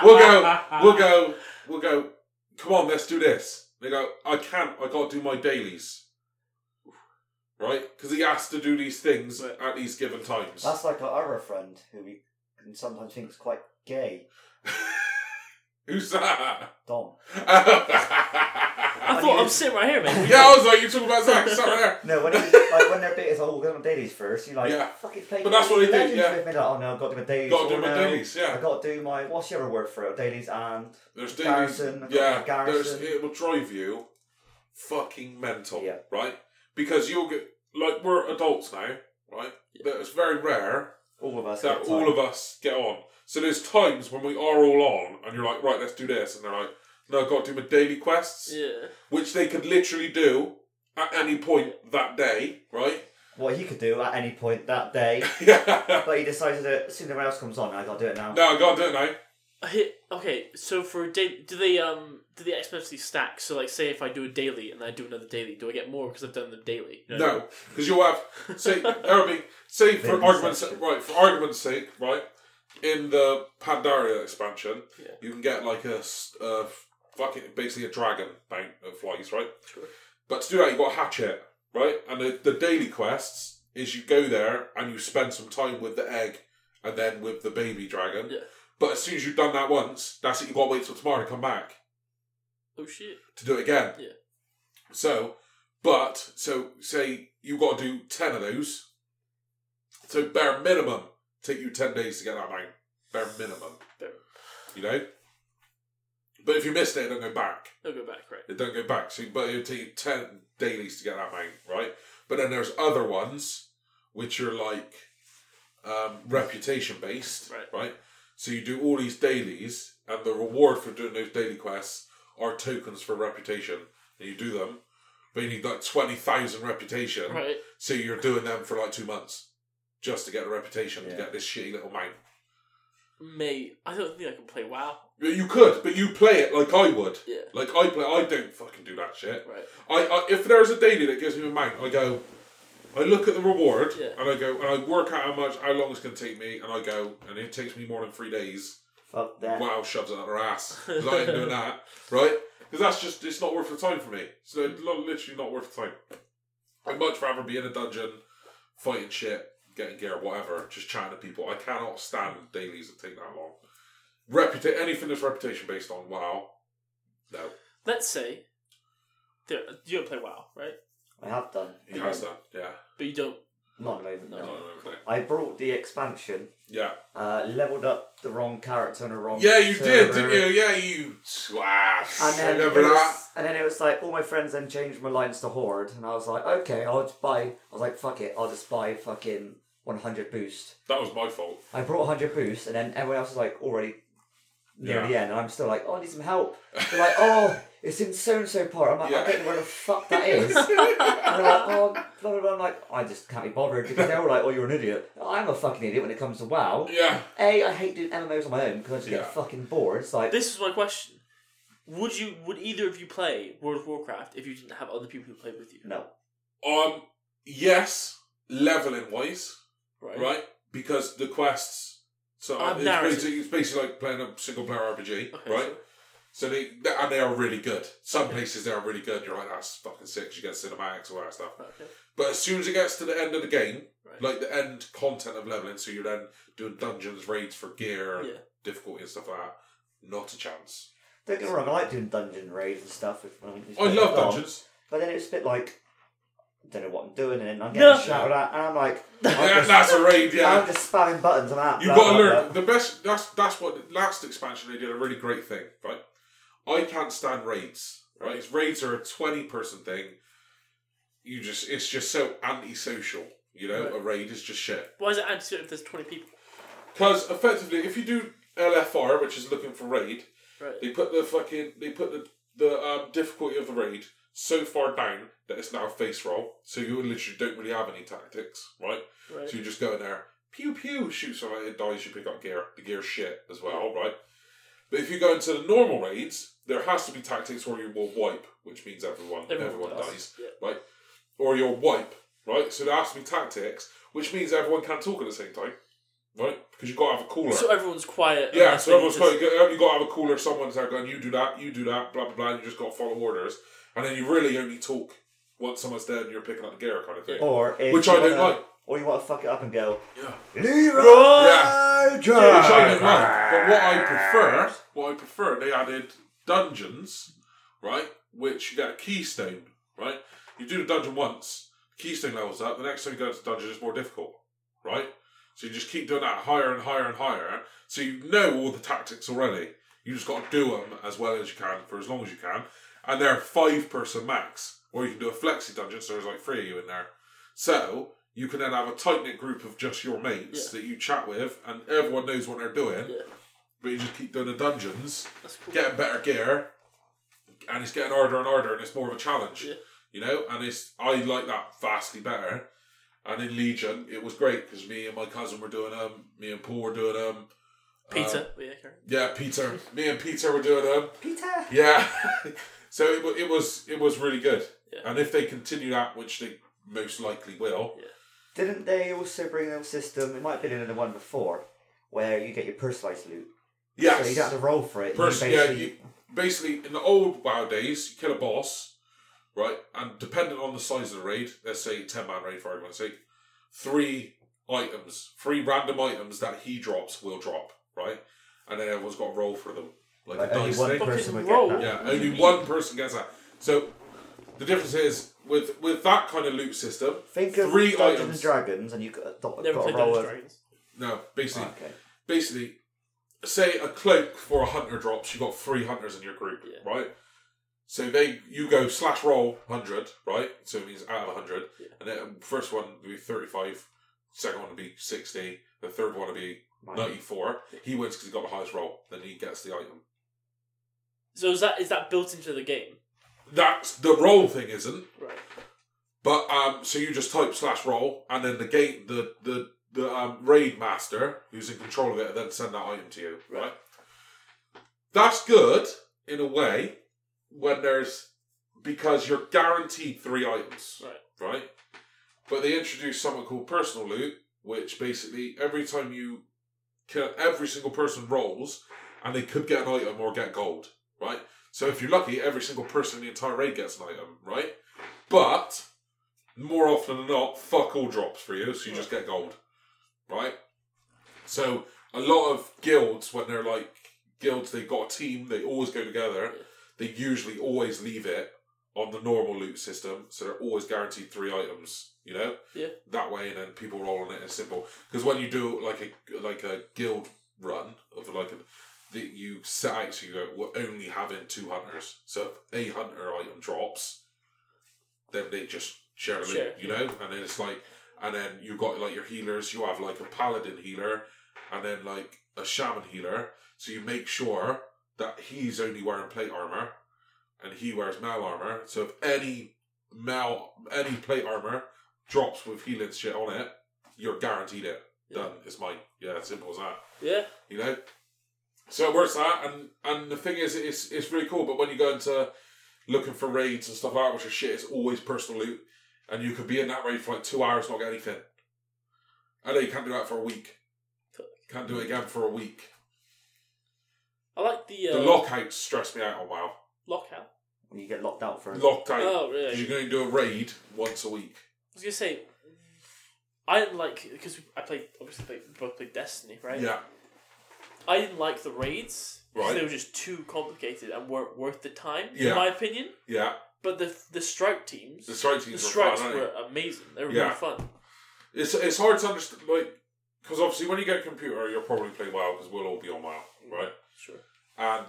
we'll go, we'll go, we'll go. Come on, let's do this. They go, I can't. I got to do my dailies, right? Because he has to do these things at these given times. That's like our other friend who we can sometimes think is quite gay. Who's that? Dom. yeah, I thought I'm sitting right here, man. I was like, you talking about Zach? Sorry, there. No, when he, like "Oh, when they're big, it's all going on dailies first. You're like, Yeah. fucking play. But that's what they do, Legends yeah. With me. Like, oh no, I've got to do my dailies. Got to oh, do my no, dailies. I Yeah, got to do my what's the other word for it? Dailies and there's dailies. Garrison. Yeah, there's, Garrison. it will drive you fucking mental, Yeah. right? Because you'll get like we're adults now, right? But It's very rare All of us. that all of us get on. So there's times when we are all on, and you're like, right, let's do this, and they're like, no, I've got to do my daily quests, Yeah. which they could literally do at any point that day, right? What he could do at any point that day, yeah. but he decided that as soon as everyone else comes on, I got to do it now. No, I got to do it now. I hit- Okay, so for a day, do they um do they exponentially stack? So like, say if I do a daily and I do another daily, do I get more because I've done the daily? You know? No, because you'll have say Arabic. Say for Maybe argument's section. right for argument's sake, right? In the Pandaria expansion, Yeah. you can get like a, s- a fucking basically a dragon bank that flies, right? Sure. But to do that, you got to hatch it, right? And the, the daily quests is you go there and you spend some time with the egg and then with the baby dragon. Yeah. But as soon as you've done that once, that's it. You got to wait till tomorrow to come back Oh shit. to do it again. Yeah. So, but so say you got to do ten of those. So bare minimum take you ten days to get that mount. Bare minimum. Bare- You know. But if you missed it, it don't go back. I'll go back, right? It don't go back. So, but it'll take you ten dailies to get that mount, right? But then there's other ones which are like um, reputation based, Right. So you do all these dailies, and the reward for doing those daily quests are tokens for reputation, and you do them. But you need like twenty thousand reputation, Right. so you're doing them for like two months just to get a reputation to Yeah. get this shitty little mount. Mate, I don't think I can play WoW. You could, but you play it like I would. Yeah. Like I play, I don't fucking do that shit. Right. I, I if there's a daily that gives me a mount, I go. I look at the reward Yeah. and I go and I work out how much, how long it's going to take me, and I go and it takes me more than three days. Fuck that. Wow, shoves it up her ass. 'Cause I ain't doing that, right? Because that's just it's not worth the time for me. So it's not- literally not worth the time. I'd much rather be in a dungeon fighting shit getting gear, whatever, just chatting to people. I cannot stand dailies that take that long. Reputa- anything that's reputation based on WoW, no, Let's say, there, you don't play WoW, right? I have done. he has that. Yeah, But you don't. Not at the moment, I no. don't know, okay. I brought the expansion, yeah, uh, leveled up the wrong character on a wrong. yeah. You did, server. didn't you? Yeah, you. ah, Swash. And I then, remember uh, it was, that. and then it was like all my friends then changed my lines to Horde, and I was like, okay, I'll just buy. I was like, fuck it, I'll just buy fucking 100 boost. That was my fault. I brought 100 boost, and then everyone else was like already near the end, and I'm still like, oh, I need some help. They're like, oh, it's in so and so part. I'm like, I Yeah. don't know where the fuck that is. and they're like, oh, blah, blah, blah. I'm like, I just can't be bothered because they're all like, oh, you're an idiot. I'm a fucking idiot when it comes to WoW. Yeah. A, I hate doing MMOs on my own because I just Yeah. get fucking bored. It's like, This is my question. Would you? Would either of you play World of Warcraft if you didn't have other people who played with you? no. Um. Yes, leveling wise, right? Because the quests. So Um, it's, narrative. basically, it's basically like playing a single player RPG, Okay, right? So so- they, they and they are really good. Some places they are really good. You're like, that's fucking sick. You get cinematics, all that stuff. okay. But as soon as it gets to the end of the game, Right. like the end content of leveling, so you're then doing dungeons, raids for gear, and Yeah. difficulty and stuff like that. Not a chance. Don't get me wrong, I like doing dungeon raids and stuff. If, um, it's I been love done. dungeons. But then it's a bit like, I don't know what I'm doing, and then I'm getting No. shouted at, and I'm like, Yeah, I'm just, that's a raid. I'm Yeah, just spamming buttons, I'm out. you blah, have got to blah, learn blah. the best. That's that's what last expansion they did a really great thing. Right, I can't stand raids. Right, raids are a twenty person thing. You just it's just so antisocial. You know, a raid is just shit. Why is it anti if there's twenty people? Because effectively, if you do LFR, which is looking for raid, Right. they put the fucking they put the the um, difficulty of the raid so far down that it's now face roll. So you literally don't really have any tactics, right? Right. So you just go in there, pew pew, shoot somebody, it dies. You pick up gear. The gear shit as well, right? But if you go into the normal raids, there has to be tactics, or you will wipe, which means everyone everyone, Everyone dies. dies. Yeah. right? Or you'll wipe, right? So there has to be tactics, which means everyone can't talk at the same time, right? Because you got to have a cooler. So everyone's quiet. Yeah, unless so everyone's they got, you got to have a cooler. Someone's out going, you do that, you do that, blah blah blah. And you just got to follow orders, and then you really only talk once someone's dead and you're picking up the gear, kind of thing. Or if Which you I don't wanna- like. Or you want to fuck it up and go, Yeah, Leroy Yeah. which I Jenkins." don't like. But what I prefer, what I prefer, they added dungeons, right? Which you get a keystone, right? You do the dungeon once, keystone levels up. The next time you go into the dungeon, it's more difficult, right? So you just keep doing that higher and higher and higher. So you know all the tactics already. You just got to do them as well as you can for as long as you can. And they're five person max, or you can do a flexi dungeon, so there's like three of you in there. So you can then have a tight knit group of just your mates that you chat with, and everyone knows what they're doing. Yeah. But you just keep doing the dungeons, That's cool. getting better gear, and it's getting harder and harder, and it's more of a challenge. Yeah. You know, and it's I like that vastly better. And in Legion, it was great because me and my cousin were doing them. Me and Paul were doing them. Peter. Uh, yeah, Karen. Yeah, Peter. me and Peter were doing them. Peter! Yeah. so it, wa- it was it was really good. Yeah. And if they continue that, which they most likely will, Didn't they also bring in a system, it might have been in the one before, where you get your personalised loot? yes. So you don't have to roll for it. Pers- you yeah, basically- you, basically in the old WoW days, you kill a boss, right? And dependent on the size of the raid, let's say ten man raid for everyone's sake, three items, three random items that he drops will drop, right? And then everyone's got to roll for them, like Like, a only dice one thing. Fucking person would roll. get that. Yeah, only one person gets that. So the difference is with with that kind of loot system, Think of three Dungeons and items. Dragons, and you've got, got, Never got played a roll Dungeons of... and Dragons. no, basically, Okay. basically, say a cloak for a hunter drops, you got three hunters in your group, Yeah. right? So they you go slash roll hundred, right? So it means out of hundred, Yeah. and then first one would be thirty five, second one would be sixty, the third one would be Mine. ninety four. He wins because he got the highest roll, then he gets the item. So is that is that built into the game? That's the roll thing, isn't? Right. But um, so you just type slash roll, and then the gate, the the the um, raid master who's in control of it, then send that item to you, right? That's good in a way when there's because you're guaranteed three items, Right. Right. But they introduced something called personal loot, which basically every time you kill, every single person rolls, and they could get an item or get gold, right? So if you're lucky, every single person in the entire raid gets an item, right? But more often than not, fuck all drops for you, so you just get gold. right? So a lot of guilds, when they're like guilds, they've got a team, they always go together. They usually always leave it on the normal loot system, so they're always guaranteed three items. You know, Yeah. That way, and then people roll on it. It's simple because when you do like a like a guild run of like a that you set out so you go, we're only having two hunters. So if a hunter item drops, then they just share the loot, Share, you know? And then it's like, and then you got like your healers, you have like a paladin healer and then like a shaman healer. So you make sure that he's only wearing plate armor and he wears mail armor. So if any mail, any plate armor drops with healing shit on it, you're guaranteed it. Yeah. Done. It's mine. Yeah, simple as that Yeah. you know. So it works that, and and the thing is, it's it's really cool. But when you go into looking for raids and stuff like that, which is shit, it's always personal loot, and you could be in that raid for like two hours not get anything. I know you can't do that for a week. Can't do it again for a week. I like the, uh, The lockouts stress me out a while. lockout. When you get locked out for a Locked out. Oh, really? 'Cause You're going to do a raid once a week. I was gonna say, I didn't like because I played obviously played, we both played Destiny, right? Yeah, I didn't like the raids because Right. they were just too complicated and weren't worth the time, Yeah. in my opinion. yeah. But the the strike teams, The strike the teams are fun, strikes aren't they? were amazing. They were Yeah. really fun. It's it's hard to understand, like, because obviously when you get a computer, you'll probably play WoW because we'll all be on WoW, right? Sure. And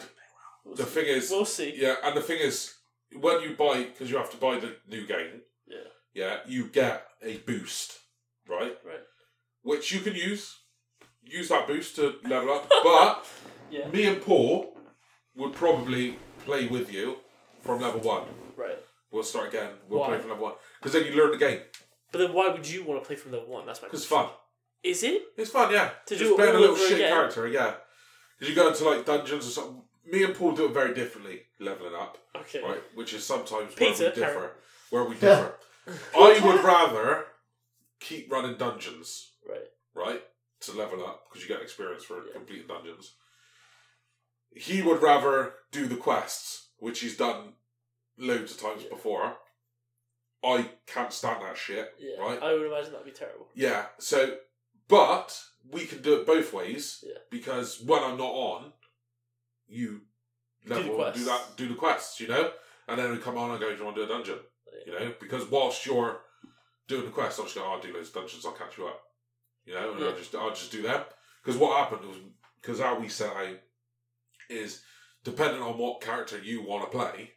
We'll the see. thing is, We'll see. Yeah, and the thing is, when you buy, because you have to buy the new game, Yeah. yeah, you get a boost, right? Right. Which you can use. Use that boost to level up. but Yeah. me and Paul would probably play with you from level one. Right. We'll start again. We'll Why? play from level one. Because then you learn the game. But then why would you want to play from level one? That's my. Because it's fun. Is it? It's fun, yeah. To Just do it playing a all little over shit again. character, yeah. Because you go into like dungeons or something. Me and Paul do it very differently, leveling up. Okay. right? Which is sometimes where Peter, we differ. Karen. Where we differ. I would rather keep running dungeons, Right. right, to level up because you get experience for completing dungeons. He would rather do the quests, which he's done loads of times before. I can't stand that shit, Yeah. right? I would imagine that'd be terrible. Yeah. So, but we can do it both ways Yeah. because when I'm not on, you the level and do quests. that, do the quests, you know, and then we come on and go, do you want to do a dungeon? You know, because whilst you're doing the quest, I'm just going, I'll do those dungeons, I'll catch you up. You know, and I'll Yeah. just I'll just do that. Because what happened was because how we set out is depending on what character you want to play,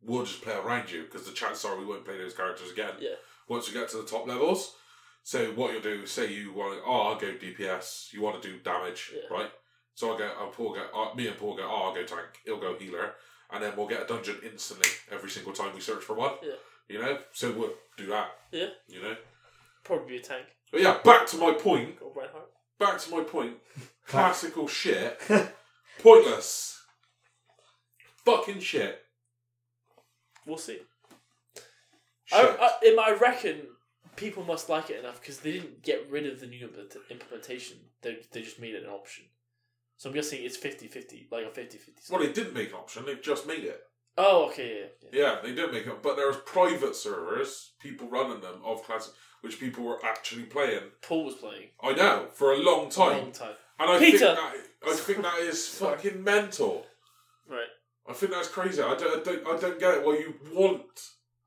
we'll just play around you because the chances are we won't play those characters again Yeah. once you get to the top levels. So what you'll do, say you want to, oh, I'll go DPS. You want to do damage, Yeah. right? So I'll go, I'll Paul go, uh, me and Paul go, oh, I'll go tank. He'll go healer, and then we'll get a dungeon instantly every single time we search for one. Yeah. You know, so we'll do that. Yeah. You know, Probably be a tank. but yeah, back to my point. Or Reinhardt. Back to my point. Classical shit. Pointless. Fucking shit. We'll see. Shit. I, I, in my- I reckon people must like it enough because they didn't get rid of the new implement- implementation. They, they just made it an option. So I'm guessing it's 50 50, like a 50 50. well, they didn't make an option. They've just made it. Oh, okay, yeah, yeah. Yeah, they did make it, but there was private servers, people running them of classic, which people were actually playing. Paul was playing I know for a long for a time, long time. and I Peter! think that, I think that is Sorry. fucking mental. Right. I think that's crazy. I don't, I don't, I don't get it. Why you want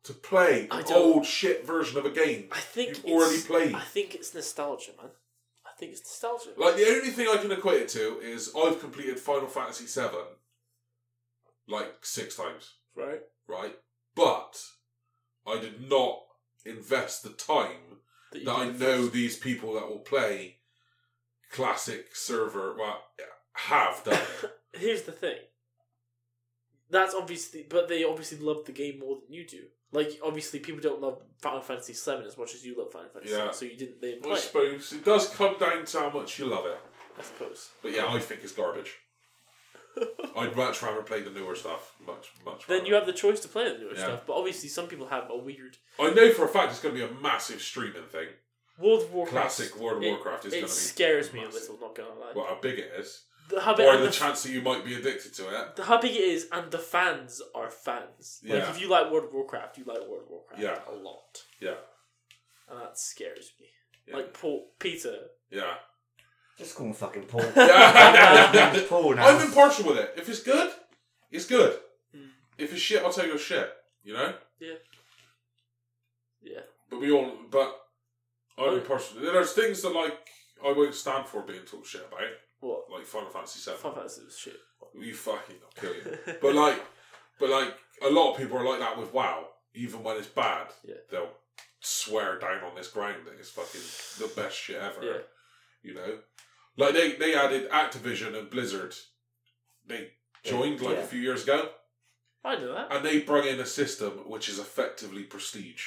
to play I an don't. old shit version of a game I think you've it's, already played? I think it's nostalgia, man. I think it's nostalgia. Like the only thing I can equate it to is I've completed Final Fantasy VII like six times. right. right? But I did not invest the time That you that I did know first. these people that will play classic server well, have done. Here's the thing. That's obviously, but they obviously love the game more than you do. Like, obviously, people don't love Final Fantasy VII as much as you love Final Fantasy. Yeah. VII, so you didn't. They didn't play. I it. suppose it does come down to how much you love it. I suppose. But yeah, I think it's garbage. I'd much rather play the newer stuff. Much, much. Then rather. you have the choice to play the newer Yeah. stuff, but obviously some people have a weird I know for a fact it's going to be a massive streaming thing. World of Warcraft. Classic World of it- Warcraft is It, going to be. scares me a massive. little, not gonna lie. Well, how big it is, The, how, big, or and the the, chance that you might be addicted to it. the- how big it is, and the fans are fans. Yeah. Like if you like World of Warcraft, you like World of Warcraft Yeah. a lot, Yeah, and that scares me. yeah. Like Paul Peter Yeah. Just call him fucking Paul. Yeah. His name's Paul now. I'm impartial with it. If it's good, it's good. Mm. If it's shit, I'll tell you it's shit. You know. Yeah. But we all. But I'm Oh. impartial. There's things that like I won't stand for being talked shit about, What? like Final Fantasy Seven. Final Fantasy was shit. You fucking I'll kill you. But like, but like, a lot of people are like that with WoW. Even when it's bad, Yeah. they'll swear down on this ground that it's fucking the best shit ever. Yeah. You know, like they they added Activision and Blizzard. They joined like Yeah. a few years ago, I know that. and they bring in a system which is effectively prestige,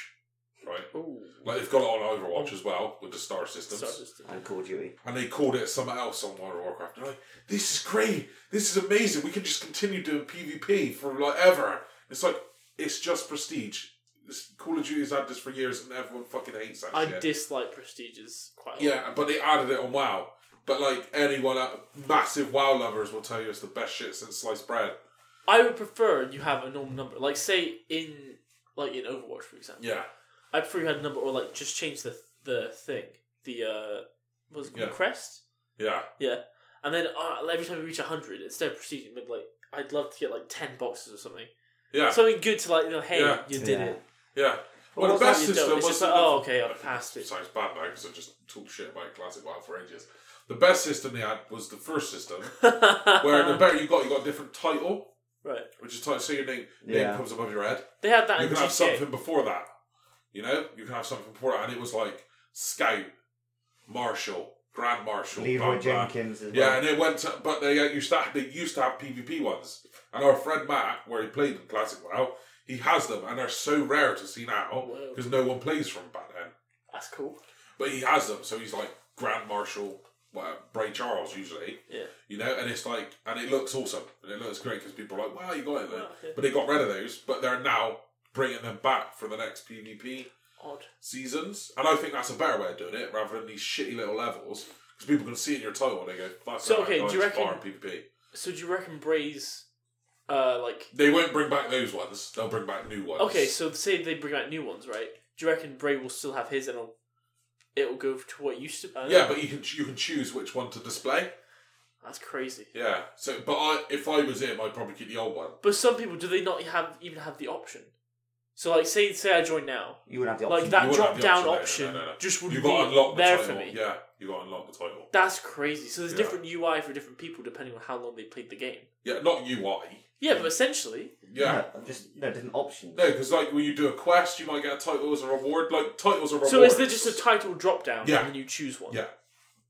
right? Ooh. Like they've got it on Mm. Overwatch as well with the star systems, Star System. And Call of Duty. and they called it something else on World of Warcraft. They're like, "This is great. This is amazing. We can just continue doing PvP for like ever." It's like it's just prestige. This, Call of Duty's had this for years, and everyone fucking hates that I shit. dislike prestiges quite a lot. Yeah, but they added it on WoW. But like anyone, out- massive WoW lovers will tell you it's the best shit since sliced bread. I would prefer you have a normal number. Like say in like in Overwatch for example. Yeah, I prefer you had a number or like just change the the thing. The uh what was it called? Yeah. Crest? yeah, And then uh, every time we reach hundred, instead of prestige, maybe like I'd love to get like ten boxes or something. yeah, Something good to like you know, hey, Yeah. you did Yeah. it. yeah. Well, Well, it's the not best you don't, system it's was just like, oh, okay, I've passed it. Sounds bad now because I just talk shit about classic WoW for ages. The best system they had was the first system, where Um, the better you got, you got a different title, right. which is title. So your name, Yeah. name comes above your head. They had that you in can have GTA. something before that. You know, you can have something before that, and it was like scout, marshal, grand marshal, blah, Leroy blah. Jenkins as Yeah, well. and it went to, but they uh, used to they used to have PvP ones, and our friend Matt, where he played in classic WoW, he has them, and they're so rare to see now Wow. because no one plays from back then. That's cool. But he has them, so he's like Grand Marshal, well, Bray Charles usually, Yeah. you know, and it's like, and it looks awesome, and it looks great because people are like, wow, you got it then. Wow, yeah. But they got rid of those, but they're now bringing them back for the next PvP Odd. seasons, and I think that's a better way of doing it rather than these shitty little levels. Because people can see in your title and they go, "Fuck So, that, okay, I'm do you just reckon- barring PvP?" So do you reckon Bray's uh like They won't bring back those ones. They'll bring back new ones. Okay, so say they bring out new ones, right? Do you reckon Bray will still have his and it'll, it'll go to what used to? I don't yeah, know. but you can you can choose which one to display. that's crazy. Yeah. So, but I if I was him, I'd probably keep the old one. But some people do they not have even have the option? So like, say say I join now, You wouldn't have the option. like You that wouldn't have drop the down there. option No, no, no. just would You be got to unlock the there title. for me. Yeah, you got to unlock the title. That's crazy. So there's Yeah. different UI for different people depending on how long they played the game. Yeah, not UI. Yeah, but essentially, Yeah. No, I'm just no different options. No, because like when you do a quest, you might get a title as a reward. Like titles are rewards. so is there just a title drop down Yeah. and then you choose one? Yeah.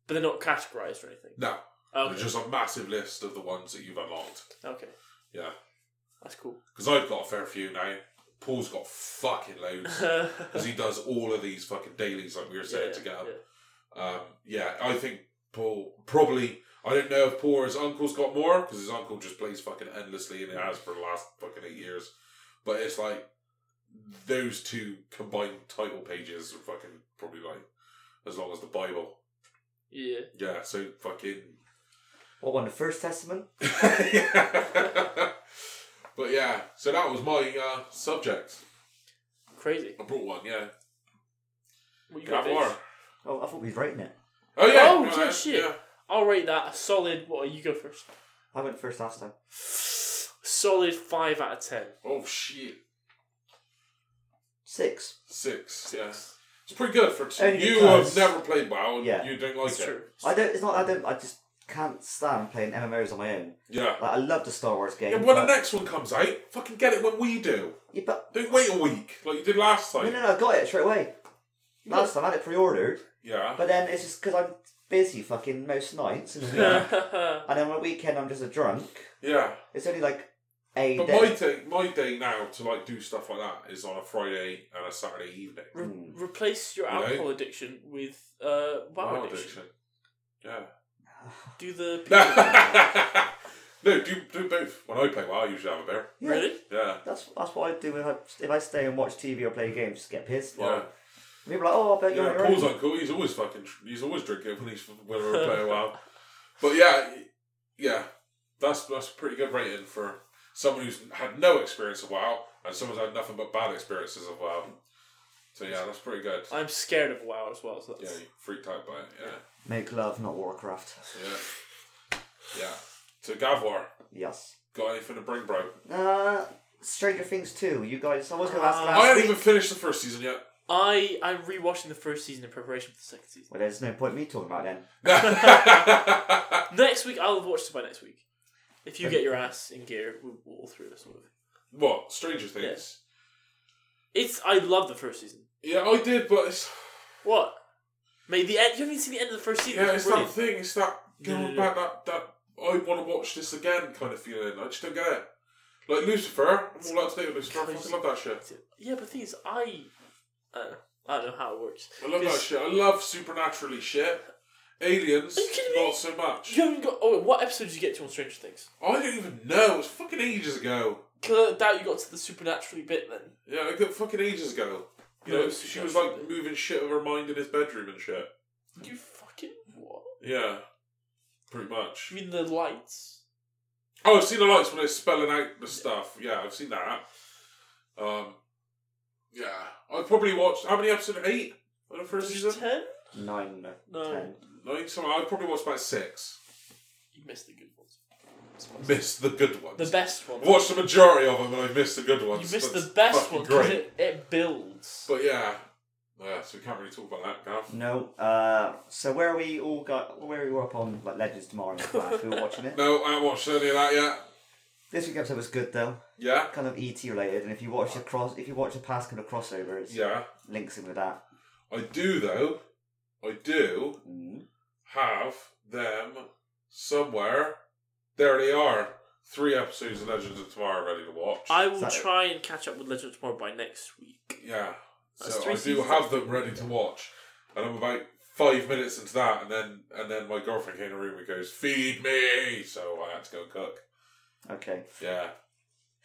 but they're not categorized or anything. no? Okay, There's just a massive list of the ones that you've unlocked. okay, Yeah. that's cool. Because I've got a fair few now. Paul's got fucking loads because he does all of these fucking dailies, like we were saying, to get up. Um, yeah, I think Paul probably. I don't know if Paul or his uncle's got more because his uncle just plays fucking endlessly and it has for the last fucking eight years. But it's like those two combined title pages are fucking probably like as long as the Bible. yeah. yeah. Yeah, so fucking. What one? The First Testament? but yeah, so that was my uh, subject. Crazy. I brought one, yeah. What you Got got, Vince? more. Oh, I thought we was writing it. Oh yeah. Oh, no, yeah, yeah, shit. I'll rate that a solid. What you go first? I went first last time. Solid five out of ten. Oh shit. Six. Six. Yeah. It's pretty good for two. Only you because- have never played WoW. and Yeah. You don't like That's it. true. I don't. It's not. I don't. I just can't stand playing MMOs on my own. Yeah. Like I love the Star Wars game. Yeah, when the but- next one comes out, fucking get it when we do. Yeah, but Don't wait a week like you did last no, time. no, no. I got it straight away. Last time I had it pre-ordered, Yeah. but then it's just because I'm busy fucking most nights, and Yeah. and then on the weekend I'm just a drunk. Yeah. It's only like a But day. my day, my day now to like do stuff like that is on a Friday and a Saturday evening. Re- Hmm. replace your You know? alcohol addiction with uh, wow Wow addiction. Yeah. Do the no, do do both. When I play WoW, I usually have a beer. Yeah, really? Yeah. That's that's what I do when I if I stay and watch TV or play games, just get pissed. Yeah. Well, people are like, oh, I bet you're Yeah, on your Paul's own. uncle. He's always fucking. He's always drinking when he's when we're playing WoW. But yeah, yeah, that's that's a pretty good rating for someone who's had no experience of Wow and someone's had nothing but bad experiences of WoW. So yeah, that's pretty good. I'm scared of WoW as well. So Yeah, that's, you freaked out by it. Yeah, Make love, not Warcraft. yeah, yeah. So Gavwar, Yes. got anything to bring, bro? Uh, Stranger Things 2. You guys, I was going to ask Uh, I last haven't week. even finished the first season yet. I I'm rewatching the first season in preparation for the second season. Well, there's no point me talking about it then. Next week I'll have watched it by next week. If you get your ass in gear, we'll we'll all through this sort of. what Stranger Things? It's I love the first season. Yeah, I did, but it's What? Mate, the end. You haven't seen the end of the first season. yeah, it's It's that brilliant. thing. It's that No, going no, no. back that that I want to watch this again kind of feeling. I just don't get it. Like Lucifer, I'm all up to date with Lucifer. I fucking love that shit. Yeah, but the thing is, I I don't know, I don't know how it works. I love that It's- shit. I love supernaturally shit. Aliens, Are you kidding me? not so much. You haven't got. Oh, what episode did you get to on Stranger Things? I don't even know. It was fucking ages ago. 'Cause I doubt you got to the supernaturally bit then. Yeah, like it fucking ages ago. You No, know, it's she was supernatural like bit. moving shit of her mind in his bedroom and shit. You fucking what? Yeah, pretty You much. mean the lights? Oh, I've seen the lights when they're spelling out the stuff. Yeah, I've seen that. Um, yeah, I probably watched how many episodes? Eight of the first There's season. ten? Nine, No. ten. Nine. So I probably watched about six. You missed the good ones. Spicy. Missed the good ones. The best ones. Watched the majority of them, and I missed the good You ones. missed That's the best fucking one because Great. it, it builds. But yeah, yeah. So we can't really talk about that, Gav. No. Uh, so where are we all got? Where are we up on like Legends tomorrow? and Flash? we were watching it. No, I haven't watched any of that yet. This week's episode was good though, Yeah, kind of ET related. And if you watch the cross, if you watch the past kind of crossover, it yeah. links in with that. I do though. I do. Mm. have them somewhere. There they are. Three episodes of Legends of Tomorrow ready to watch. I will Saturday. try and catch up with Legend of Tomorrow by next week. yeah. That's So three I do seasons. have them ready to watch. And I'm about five minutes into that and then and then my girlfriend came in the room and goes, Feed me So I had to go cook. Okay. Yeah.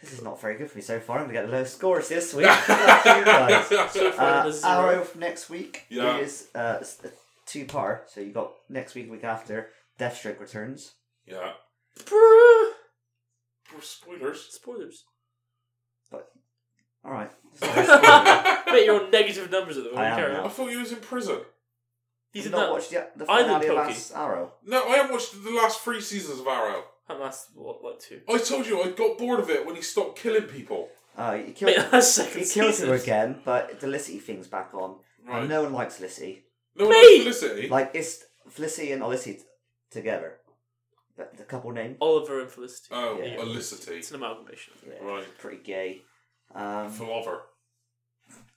This is not very good for me so far. I'm gonna get the lowest scores this week. Fuck you guys. So far, Uh, there's zero. Arrow for next week Yeah. is uh, s- a two-part. So you got next week, week after. Deathstroke returns. Yeah. Bruh. For spoilers. Spoilers. All right. I Mate, you're on negative numbers at the moment. I am Carry now. on. thought you was in prison. He's You've in not that. watched the, the I did finale of Pokey. last Arrow. No, I haven't watched the last three seasons of Arrow. And that's what, like two. I told you I got bored of it when he stopped killing people. Uh, he killed, Mate, that's he second killed season. her again, but the Felicity thing's back on. Right. And no one likes Felicity. No one likes Mate! Felicity. Like, it's Felicity and Felicity t- together. The, the couple name? Oliver and Felicity. Oh, Yeah. Felicity. It's an amalgamation. Yeah, Right. Pretty gay. Um, Flubber.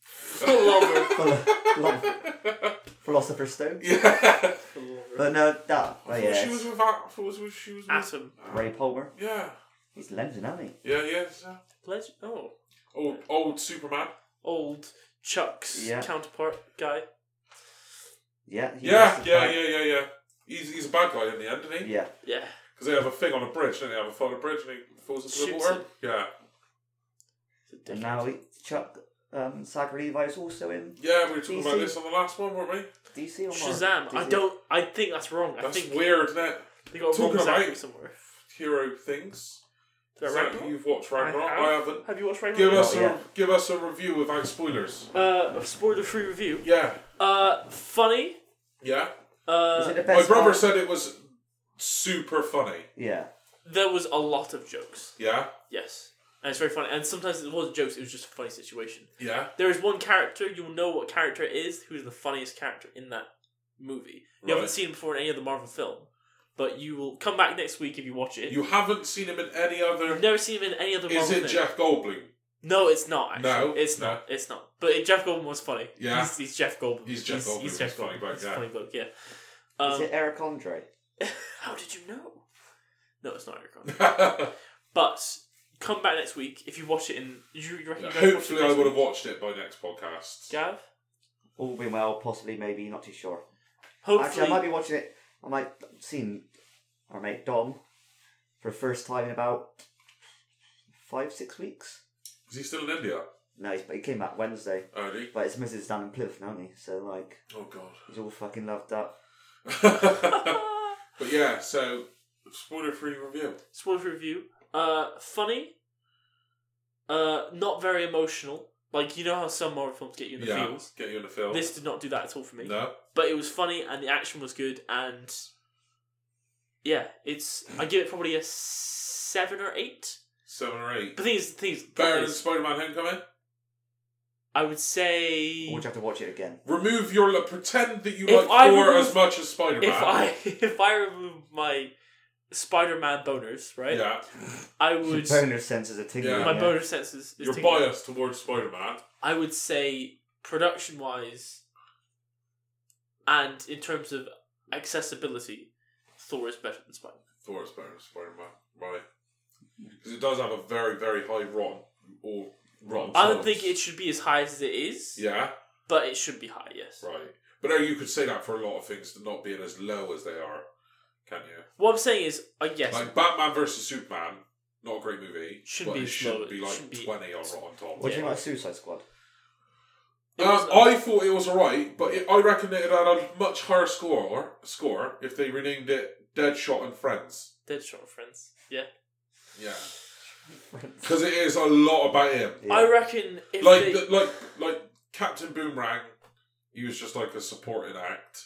Flubber. Philo- Philosopher's Stone? yeah. But no, that. Oh, I yeah. thought she was with that. I thought was with- she was with. Atom. Ray Palmer. Yeah. He's London, isn't he? Yeah, yeah. it's, uh, Legend. Oh. Old, old Superman. Old Chuck's Yeah. counterpart guy. Yeah. he Yeah, was the yeah, bad- yeah, yeah, yeah. He's, he's a bad guy in the end, isn't he? Yeah. Yeah. Because they have a thing on a bridge, don't they? They have a fight on a bridge and he falls into the Shoots water. Yeah. And now he, Chuck um, Zachary Levi is also in Yeah, we were talking about DC. this on the last one, weren't we? DC or Marvel? Shazam. I DC. don't. I think that's wrong. I That's think weird, isn't it? they got Talking wrong about- Zachary somewhere. Hero things. Is that Zach, Ragnarok? you've watched Ragnarok. I, have. haven't. Have you watched Give Ragnarok? us Not a yet. give us a review without spoilers. Uh, a spoiler-free review. Yeah, Uh, funny. yeah. Uh, Is it the My best brother one? said it was super funny. Yeah. there was a lot of jokes. Yeah, Yes, and it's very funny. And sometimes it wasn't jokes; it was just a funny situation. yeah. There is one character you'll know what character it is who's the funniest character in that movie. You Right. haven't seen him before in any other Marvel film, but you will come back next week if you watch it. You haven't seen him in any other. You've never seen him in any other Is Marvel it film. Jeff Goldblum? No, it's not. Actually. No, it's no. not. It's not. But Jeff Goldblum was funny. Yeah. he's, he's Jeff Goldblum. He's Jeff Goldblum. He's He's Jeff funny Goldblum. bloke, He's yeah. a funny bloke. Yeah. is Um, it Eric Andre? how did you know? No, it's not Eric Andre. Yeah, But come back next week if you watch it in. You, you reckon you guys watch it Hopefully, I next would have week? watched it by next podcast. Gav. All been well, possibly, maybe, not too sure. Actually, Hopefully, I might be watching it. I might have seen our mate Dom for the first time in about five, six weeks. Is he still in India? No, he's, he came back Wednesday. Only. But his missus is down in Plymouth, now, isn't he? So, like, Oh he's all fucking loved up. god. but yeah, so spoiler-free review. spoiler review. Uh, funny. Uh, not very emotional. Like you know how some Marvel films get you in the yeah, feels. get you in the film. This did not do that at all for me. no, But it was funny and the action was good and yeah, it's I give it probably a seven or eight. seven or eight. But things things Better than Spider-Man: Homecoming. I would say Would you have to watch it again? Remove your li- pretend that you like If I Thor remove- as much as Spider-Man. if I if I remove my Spider-Man boners, right? yeah, I Your would boner senses are tingling. Yeah. my yeah. boner senses. Is you're tingling. biased towards Spider-Man. I would say production wise and in terms of accessibility, Thor is better than Spider Thor is better than Spider-Man, right? Because it does have a very, very high rotten or rotten. Man. I don't totals. think it should be as high as it is, Yeah, but it should be high, yes. right. But now you could say that for a lot of things, not being as low as they are, can you? What I'm saying is, uh, I guess Like Batman versus Superman, not a great movie. Should but be it should slow, be it like should be- twenty on Rotten What Tomatoes. do you think about Suicide Squad? it Um, was- uh, I thought it was alright, but it, I reckon it had a much higher score score if they renamed it Deadshot and Friends. Deadshot friends. Yeah. Yeah, because it is a lot about him. I reckon if Like, they, the, like, like Captain Boomerang, he was just like a supporting act,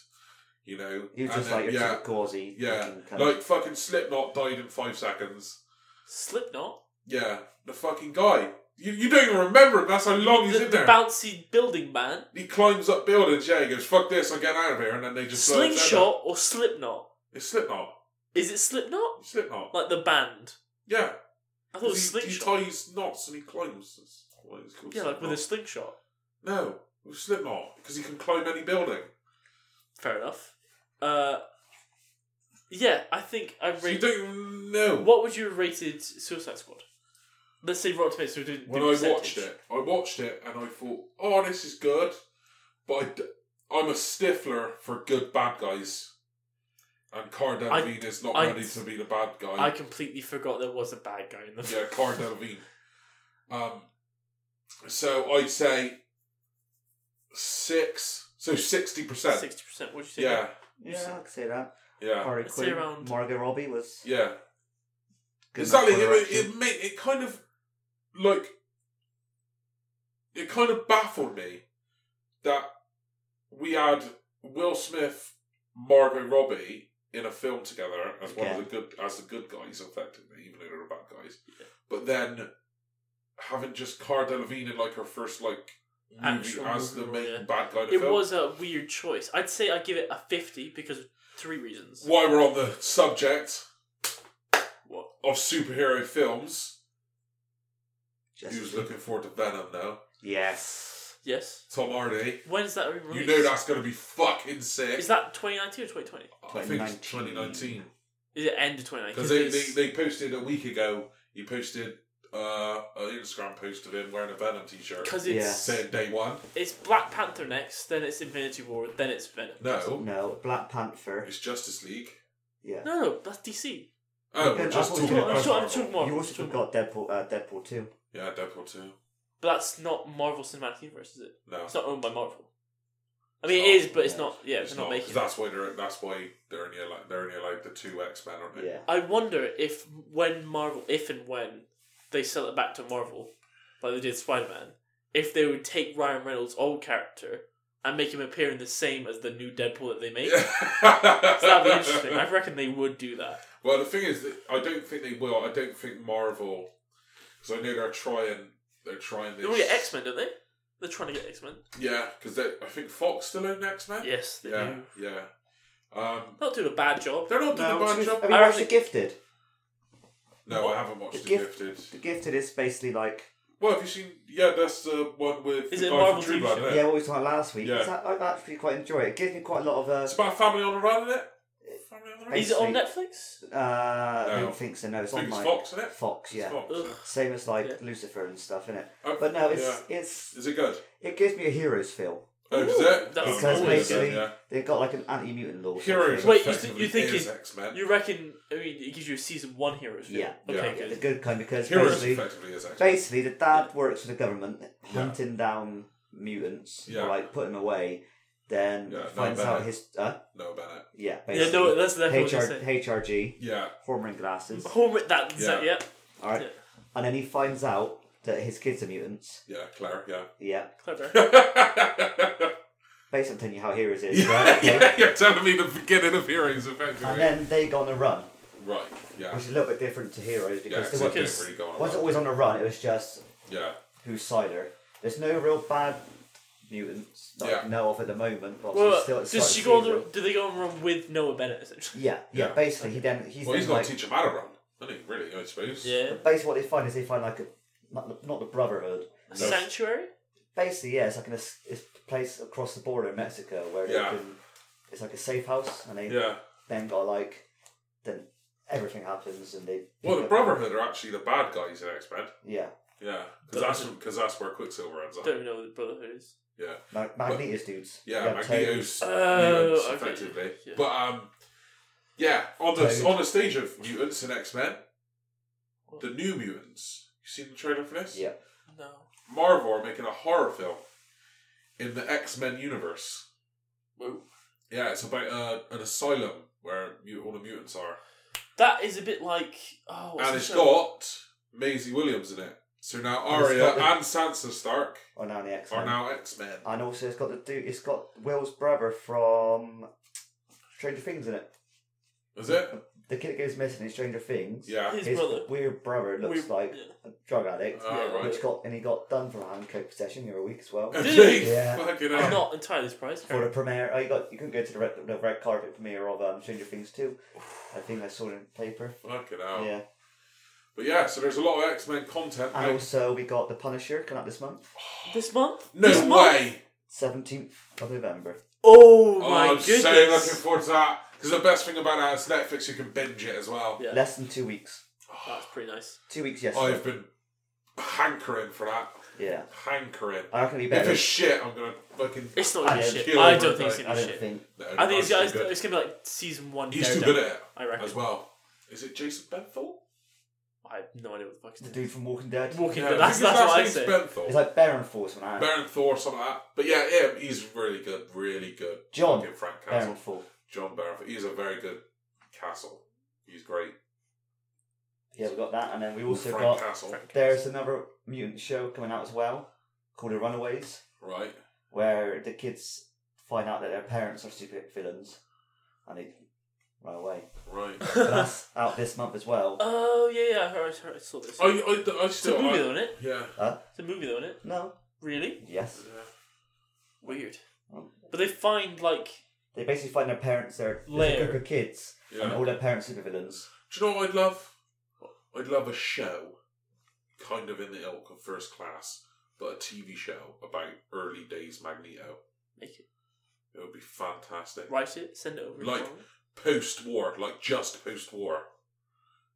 you know. He was And just then- like a yeah, cheap gauzy. yeah. fucking cunt. like fucking Slipknot died in five seconds. Slipknot, Yeah, the fucking guy. You, you don't even remember him. That's how long he's the, in the there. bouncy building man, he climbs up buildings. Yeah, he goes, "Fuck this! I'm getting out of here." And then they just blow his head up. slingshot or Slipknot? It's Slipknot. Is it Slipknot? It's Slipknot. Like the band? Yeah, I thought it was he, he slingshot. ties knots and he climbs. That's why it's called Yeah, like with a Slipknot. slingshot. No, with Slipknot because he can climb any building. Fair enough. Uh, yeah, I think I So you rate. don't even know. What would you have rated Suicide Squad? Let's say Rotten Tomatoes. So do, do when I percentage. watched it, I watched it and I thought, "Oh, this is good," but I d- I'm a stifler for good bad guys, and Cara I- Delevingne is not I- ready to be the bad guy. I completely forgot there was a bad guy in the yeah, Cara Delevingne. Um, so I'd say six. So sixty percent. sixty percent. Would you say? Yeah, yeah, I could say that. yeah, Harley I'd say Quinn, around- Margot Robbie was yeah. good exactly. enough It, for it, direction. it made it kind of like it kind of baffled me that we had Will Smith, Margot Robbie in a film together as one of the good as the good guys, effectively, even though they were bad guys. But then having just Cara Delevingne in like her first like movie Actual as movie the role, main yeah. bad guy. in the It film. was a weird choice. I'd say I give it a fifty because of three reasons. While we're on the subject What? of superhero films, Just- who's looking forward to Venom now? Yes. Yes. Tom Hardy. When's that released? You know that's going to be fucking sick. Is that twenty nineteen or twenty twenty? I think it's 2019. Is it end of twenty Because nineteen? they, they, they posted a week ago, he posted uh, an Instagram post of him wearing a Venom t shirt. Because Yeah. it's Saying day one. it's Black Panther next, then it's Infinity War, then it's Venom. No, No, Black Panther. it's Justice League. Yeah. No, no, that's DC. Oh, Yeah, we're just that's talking what about I'm talking- I'm Marvel. talking about- You also got Deadpool. Uh, Deadpool two. Yeah, Deadpool 2. But that's not Marvel Cinematic Universe, is it? No. It's not owned by Marvel. I mean, It's it is, but it's not. not. Yeah, it's they're not, not, 'cause making. it. that's why they're that's why they're only allowed they're only allowed the two X Men, aren't they? Yeah. I wonder if when Marvel, if and when they sell it back to Marvel, like they did Spider Man, if they would take Ryan Reynolds' old character and make him appear in the same as the new Deadpool that they make. So that'd be interesting. I reckon they would do that. Well, the thing is, that I don't think they will. I don't think Marvel, because I know they're trying. They're trying They this. want to get Oh, X Men, don't they? They're trying to get X Men. Yeah, because I think Fox still own X Men. Yes, they yeah, do. yeah. Um, Not doing a bad job. they're not doing No, a bad job. have you I watched The think- Gifted? No, I haven't watched The The, Gift- Gifted. The Gifted is basically like Well, have you seen? Yeah, that's the one with. Is the it guy Marvel from True TV Blood, show? isn't it? yeah, what we talked about last week. Yeah. It's a- I actually quite enjoy it. It gives me quite a lot of It's uh, about family on the run, isn't it? Family on the run. Is it on Netflix? uh I No. don't think so. No, it's I think on it's like Fox, isn't it? Fox, yeah. Fox. Ugh. Same as like Yeah. Lucifer and stuff, innit? Oh, But no, it's yeah. it's Is it good? it gives me a hero's feel. Oh, is Ooh, it? that's Oh, Because no, it's basically good, they've got like an anti mutant law. yeah. sort of Heroes. thing. Wait, you effectively think- you think is it- X Men? You reckon? I mean, it gives you a season one heroes. film. Yeah. Okay. Yeah, the Good. good kind because Heroes basically effectively is X Men. basically the dad works for the government Yeah. hunting down mutants Yeah. or like putting them away, then Yeah, finds no, out but- his uh, No, Bennett. yeah, basically. Yeah. No, that's definitely what HR, they say. HRG, Yeah. hormone glasses. Homer, that, yeah. that, yeah. Alright. And then he finds out that his kids are mutants. Yeah, Claire, yeah. Yeah. Clever. Based on Ten Year How Heroes is, right? yeah, Okay. yeah, you're telling me the beginning of Heroes, effectively. And then they go on a run, right, yeah. which is a little bit different to Heroes Yeah, because because they they weren't, didn't really go on. wasn't about always on a run, it was just it. Yeah, who's Cider. There's no real bad mutants that I Yeah. know of at the moment, but Well, obviously still at the does start she of go on season. the, do they go on a run with Noah Bennett essentially? Yeah, yeah, Yeah. Basically, he then he's well, he's then going like. to teach him how to run, isn't he? Really, I suppose. Yeah. but basically, what they find is they find like a not the, not the Brotherhood. A sanctuary? Basically, yeah, it's like an es- it's a place across the border in Mexico where they Yeah. can, it's like a safe house, and they Yeah. then got like then everything happens, and they Well, the Brotherhood are actually the bad guys in X Men. yeah, Yeah, because that's because that's where Quicksilver ends up. Don't even know what the Brotherhood is. Yeah, Mag- Magneto's dudes. yeah, They're toads. Magneto's Oh, mutants, okay. effectively. Yeah. But um, yeah, on the Toad. on the stage of mutants in X Men, the New Mutants. You seen the trailer for this? Yeah, No. Marvel are making a horror film in the X Men universe. Whoa. Yeah, it's about uh, an asylum where mu- all the mutants are. That is a bit like oh what's and the it's show? got Maisie Williams in it. So now And it's Arya got the- and Sansa Stark or now the X are Men, now X Men. and also it's got the dude. It's got Will's brother from Stranger Things in it. Is it? The kid that goes missing in Stranger Things. Yeah. his brother. weird brother looks Weird- like yeah. a drug addict, Ah, Yeah. right. which got and he got done for hand coke possession. You're a week as well. Gee, Yeah. Fucking I'm hell. not entirely surprised. For the premiere, oh, you got you couldn't go to the red, the red carpet premiere of um, Stranger Things too. I think I saw it in the paper. Fucking hell. Yeah, But yeah, so there's a lot of X Men content. and now. also we got the Punisher coming out this month, This month? no this way. month? seventeenth of November. Oh Oh, my I'm goodness. so looking forward to that. Because the best thing about that is Netflix, you can binge it as well. yeah. Less than two weeks. That's pretty nice. Two Oh, weeks yesterday. I've been hankering for that. Yeah, Hankering. I reckon it'd be If better. it's shit, I'm gonna fucking. It's not gonna be I shit. don't- I don't think it's I gonna be don't shit. think. No, I think it's, he's too it's, good. it's gonna be like season one. He's too Daredevil, good at it I reckon. as well. Is it Jason Benthall? I have no idea what the fuck The is doing. dude from Walking Dead. Walking Yeah, Dead. I That's, think his that's what I last say. name's It's Benthall. like Baron Force, man. Berenthal or something like that. But yeah, him, he's really good, really good. John Fucking Frank Castle. Baron Force. John Berenthal. He's a very good castle. He's great. Yeah, we got that, and then we also Frank got. Castle. There's another mutant show coming out as well called The Runaways, Right. where the kids find out that their parents are super villains and they run away. Right. So that's out this month as well. oh yeah, yeah. I heard, I heard- I saw this. I, I, I it's a Oh, still. movie I, though, isn't it? yeah. It's a movie though, isn't it? Uh, No. Really Yes. weird. Um, Oh. But they find like They basically find their parents are there's a Lair. group of kids and Yeah. all their parents super villains. Do you know what I'd love? I'd love a show, kind of in the ilk of First Class, but a TV show about early days Magneto. make it, It would be fantastic. write it, send it over. Like- Post war, like just post war.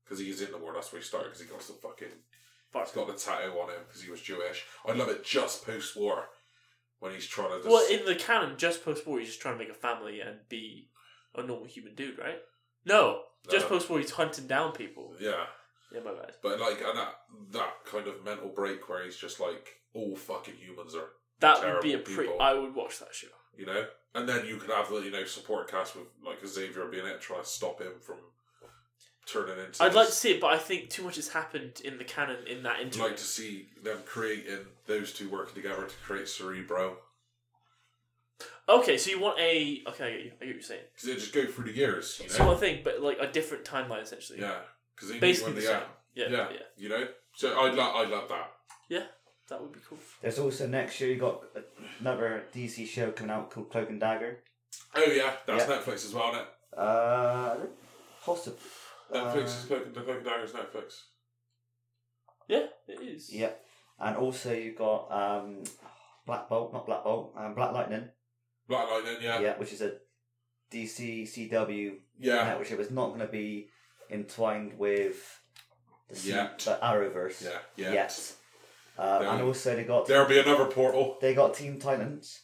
Because he's in the war, that's where he started, because he got the fucking. Far. He's got the tattoo on him because he was Jewish. I'd love it just post war when he's trying to. Just, Well, in the canon, just post war, he's just trying to make a family and be a normal human dude, right? No, just No. post war, he's hunting down people. yeah. Yeah, my bad. But like, and that, that kind of mental break where he's just like, all fucking humans are That would be a Terrible pretty. people. I would watch that show. you know. And then you could have the you know support cast with like Xavier being it, trying to stop him from turning into. I'd like to this- see it, but I think too much has happened in the canon in that I'd interim. like to see them creating those two working together to create Cerebro Okay, so you want a okay? I get you. I get what you're saying. because they just go through the years, you So you know. want a thing, but like a different timeline essentially. Yeah, because they Basically knew when the they same. are. Yeah, yeah, Yeah. you know. So I'd love, I'd love that. That would be cool. There's also next year you got another DC show coming out called Cloak and Dagger. Oh yeah, that's Netflix as well. Isn't it? Uh, possibly. Netflix Uh, is Cloak and the Cloak and Dagger is Netflix. Yeah, it is. Yep. And also you got um, Black Bolt, not Black Bolt, um, Black Lightning. Black Lightning, yeah, Yeah. yeah. which is a DC CW yeah. network. It was not going to be entwined with the, C- Yet. the Arrowverse. Yeah, yeah. Yet. Um, There and we- also they got There'll be another portal. they got Teen Titans.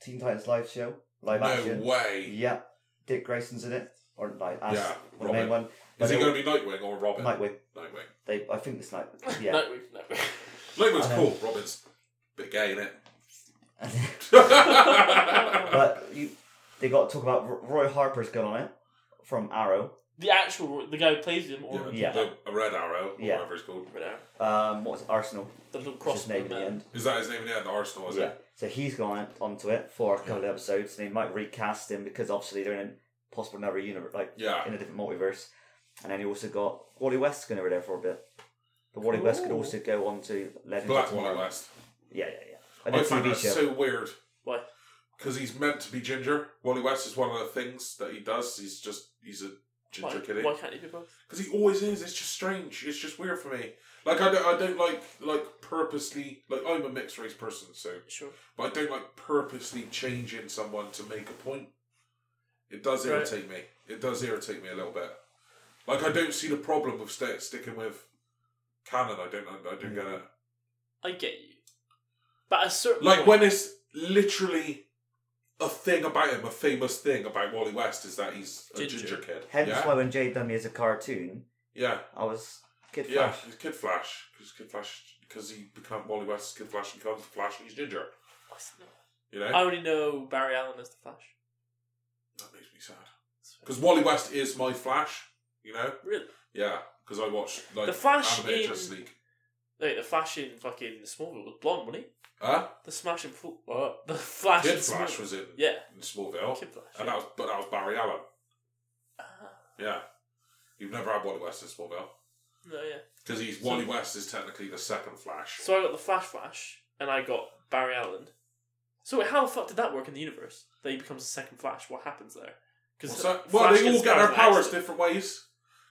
Teen Titans live show, live no action. way. Yeah, Dick Grayson's in it, or like as Yeah, the main Robin. one. Is they it going to be Nightwing or Robin? Nightwing? Nightwing. They, I think it's Nightwing. Yeah. No, we- no. Nightwing's I know. cool. Robin's a bit gay in it. But- but you, they got to talk about R- Roy Harper's going on it from Arrow. The actual the guy who plays him or Yeah. The, a red arrow, or Yeah. whatever it's called. whatever, Um, what was it? Arsenal? the little What's his cross name in the man. end? Is that his name? Yeah, the Arsenal, is yeah. it? So he's gone onto it for a couple of episodes, and they might recast him because obviously they're in a possible another universe, like Yeah. in a different multiverse. And then he also got Wally West going over there for a bit. But Wally West could Cool. also go on to Legends of Black Wally Tomorrow. West. Yeah, yeah, yeah. And I the find TV that show. so weird. Why? Because he's meant to be ginger. Wally West is one of the things that he does. He's just, he's a ginger Why, kiddie. why can't you do both? Because he always is. It's just strange. It's just weird for me. Like, I don't, I don't like, like, purposely, like, I'm a mixed race person, so, Sure. but I don't like purposely changing someone to make a point. It does Right. irritate me. It does irritate me a little bit. Like, I don't see the problem with sta sticking with canon. I don't, I don't get it. I get you. But at a certain Like point- when it's literally a thing about him, a famous thing about Wally West is that he's a Ginger. ginger, kid. Hence yeah, why when Jade Dummy is a cartoon, yeah, I was Kid yeah. Flash. He's Kid Flash because Kid Flash because he become Wally West. Kid Flash becomes Flash. and He's ginger. You know I only know Barry Allen as the Flash. that makes me sad because Wally West is my Flash. You know, Really? yeah, because I watch like The Flash animated in- Justice League. Like the Flash in fucking Smallville was blonde, wasn't he? Huh? The Smashing Fool. Uh, the Flash. Kid in Flash Smallville. was in, Yeah. in Smallville, Kid Flash. and yeah. that was but that was Barry Allen. Ah, Yeah, you've never had Wally West in Smallville. no, yeah. Because he's So- Wally West is technically the second Flash. So I got the Flash Flash, and I got Barry Allen. So wait, how the fuck did that work in the universe? That he becomes the second Flash. What happens there? What's that? Well, they all get their powers different ways.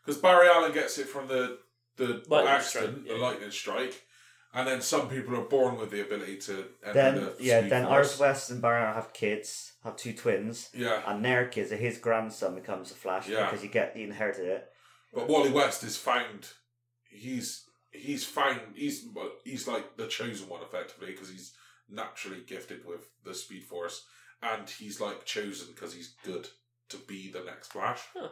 Because Barry Allen gets it from the the Lightning accident, strike, the yeah. lightning strike, and then some people are born with the ability to enter Then the yeah, speed then force. Iris West and Barry Allen have kids, have two twins, Yeah, and their kids, his grandson becomes a Flash Yeah. because he get he inherited it. but Wally West is found. He's he's found. He's he's like the chosen one effectively because he's naturally gifted with the speed force, and he's like chosen because he's good to be the next Flash. Huh.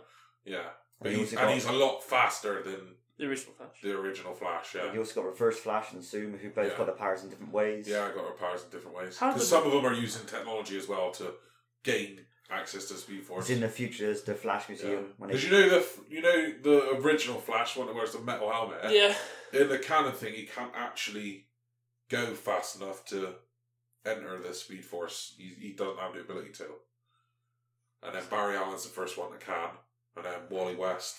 Yeah, And but he he's, also and got- he's a lot faster than The original Flash. the original Flash. Yeah, You also got Reverse Flash and Zoom, who both Yeah. got their powers in different ways. Yeah, I got her powers in different ways. How Because does- some of them are using technology as well to gain access to Speed Force. It's in the future. There's the Flash Yeah. Museum. When 'Cause they, you know the f- you know the original Flash one that wears the metal helmet. Yeah. In the canon thing, he can't actually go fast enough to enter the Speed Force. He, he doesn't have the ability to. And then Barry Allen's the first one that can, and then Wally West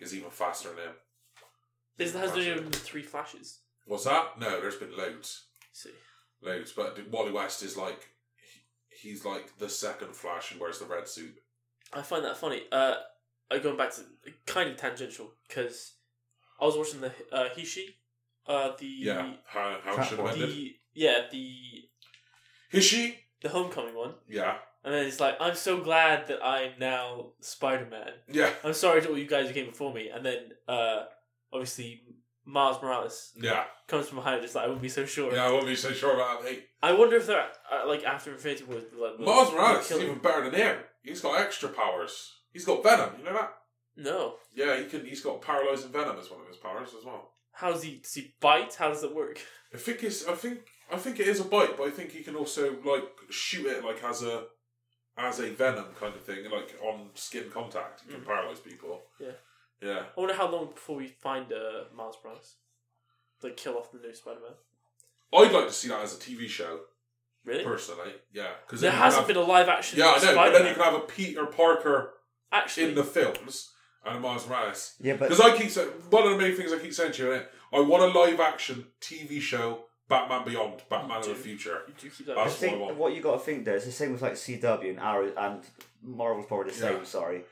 is even faster than him. Is that has Faster. there been three Flashes? What's that? No, there's been loads. see. loads. But Wally West is like he- he's like the second Flash and wears the red suit. I find that funny. Uh, uh, going back to kind of tangential because I was watching the uh, Hishi, uh, the Yeah, how how Fat should boy. have ended? the yeah the Is she? the Homecoming one, Yeah, and then it's like I'm so glad that I'm now Spider Man. yeah, I'm sorry to all you guys who came before me, and then uh, obviously Miles Morales yeah, comes from behind, just like I wouldn't be so sure. yeah. I wouldn't be so sure about that. mate. I wonder if they're uh, like after Infinity War, like will- Miles will Morales kill is him. even better than him. He's got extra powers. He's got venom. You know that? No, Yeah, he can. He's got paralyzing venom as one of his powers as well. how does he does he bite? How does it work? I think it's. I think. I think it is a bite, but I think he can also like shoot it like as a as a venom kind of thing, like on skin contact. He can Mhm. paralyze people. Yeah. Yeah. I wonder how long before we find uh, Miles Morales. Like kill off the new Spider-Man. I'd like to see that as a TV show, Really? personally. Yeah, because There hasn't been a live action. Yeah, I know. But then you Spider-Man. can have a Peter Parker actually in the films and a Miles Morales. yeah, but Because I keep saying one of the main things I keep saying to you, innit? I want a live action TV show, Batman Beyond, Batman of the do. Future. You do keep that. I That's what I think want. what you got to think there is the same with like CW and Arrow and Marvel's probably the same. Yeah. Sorry,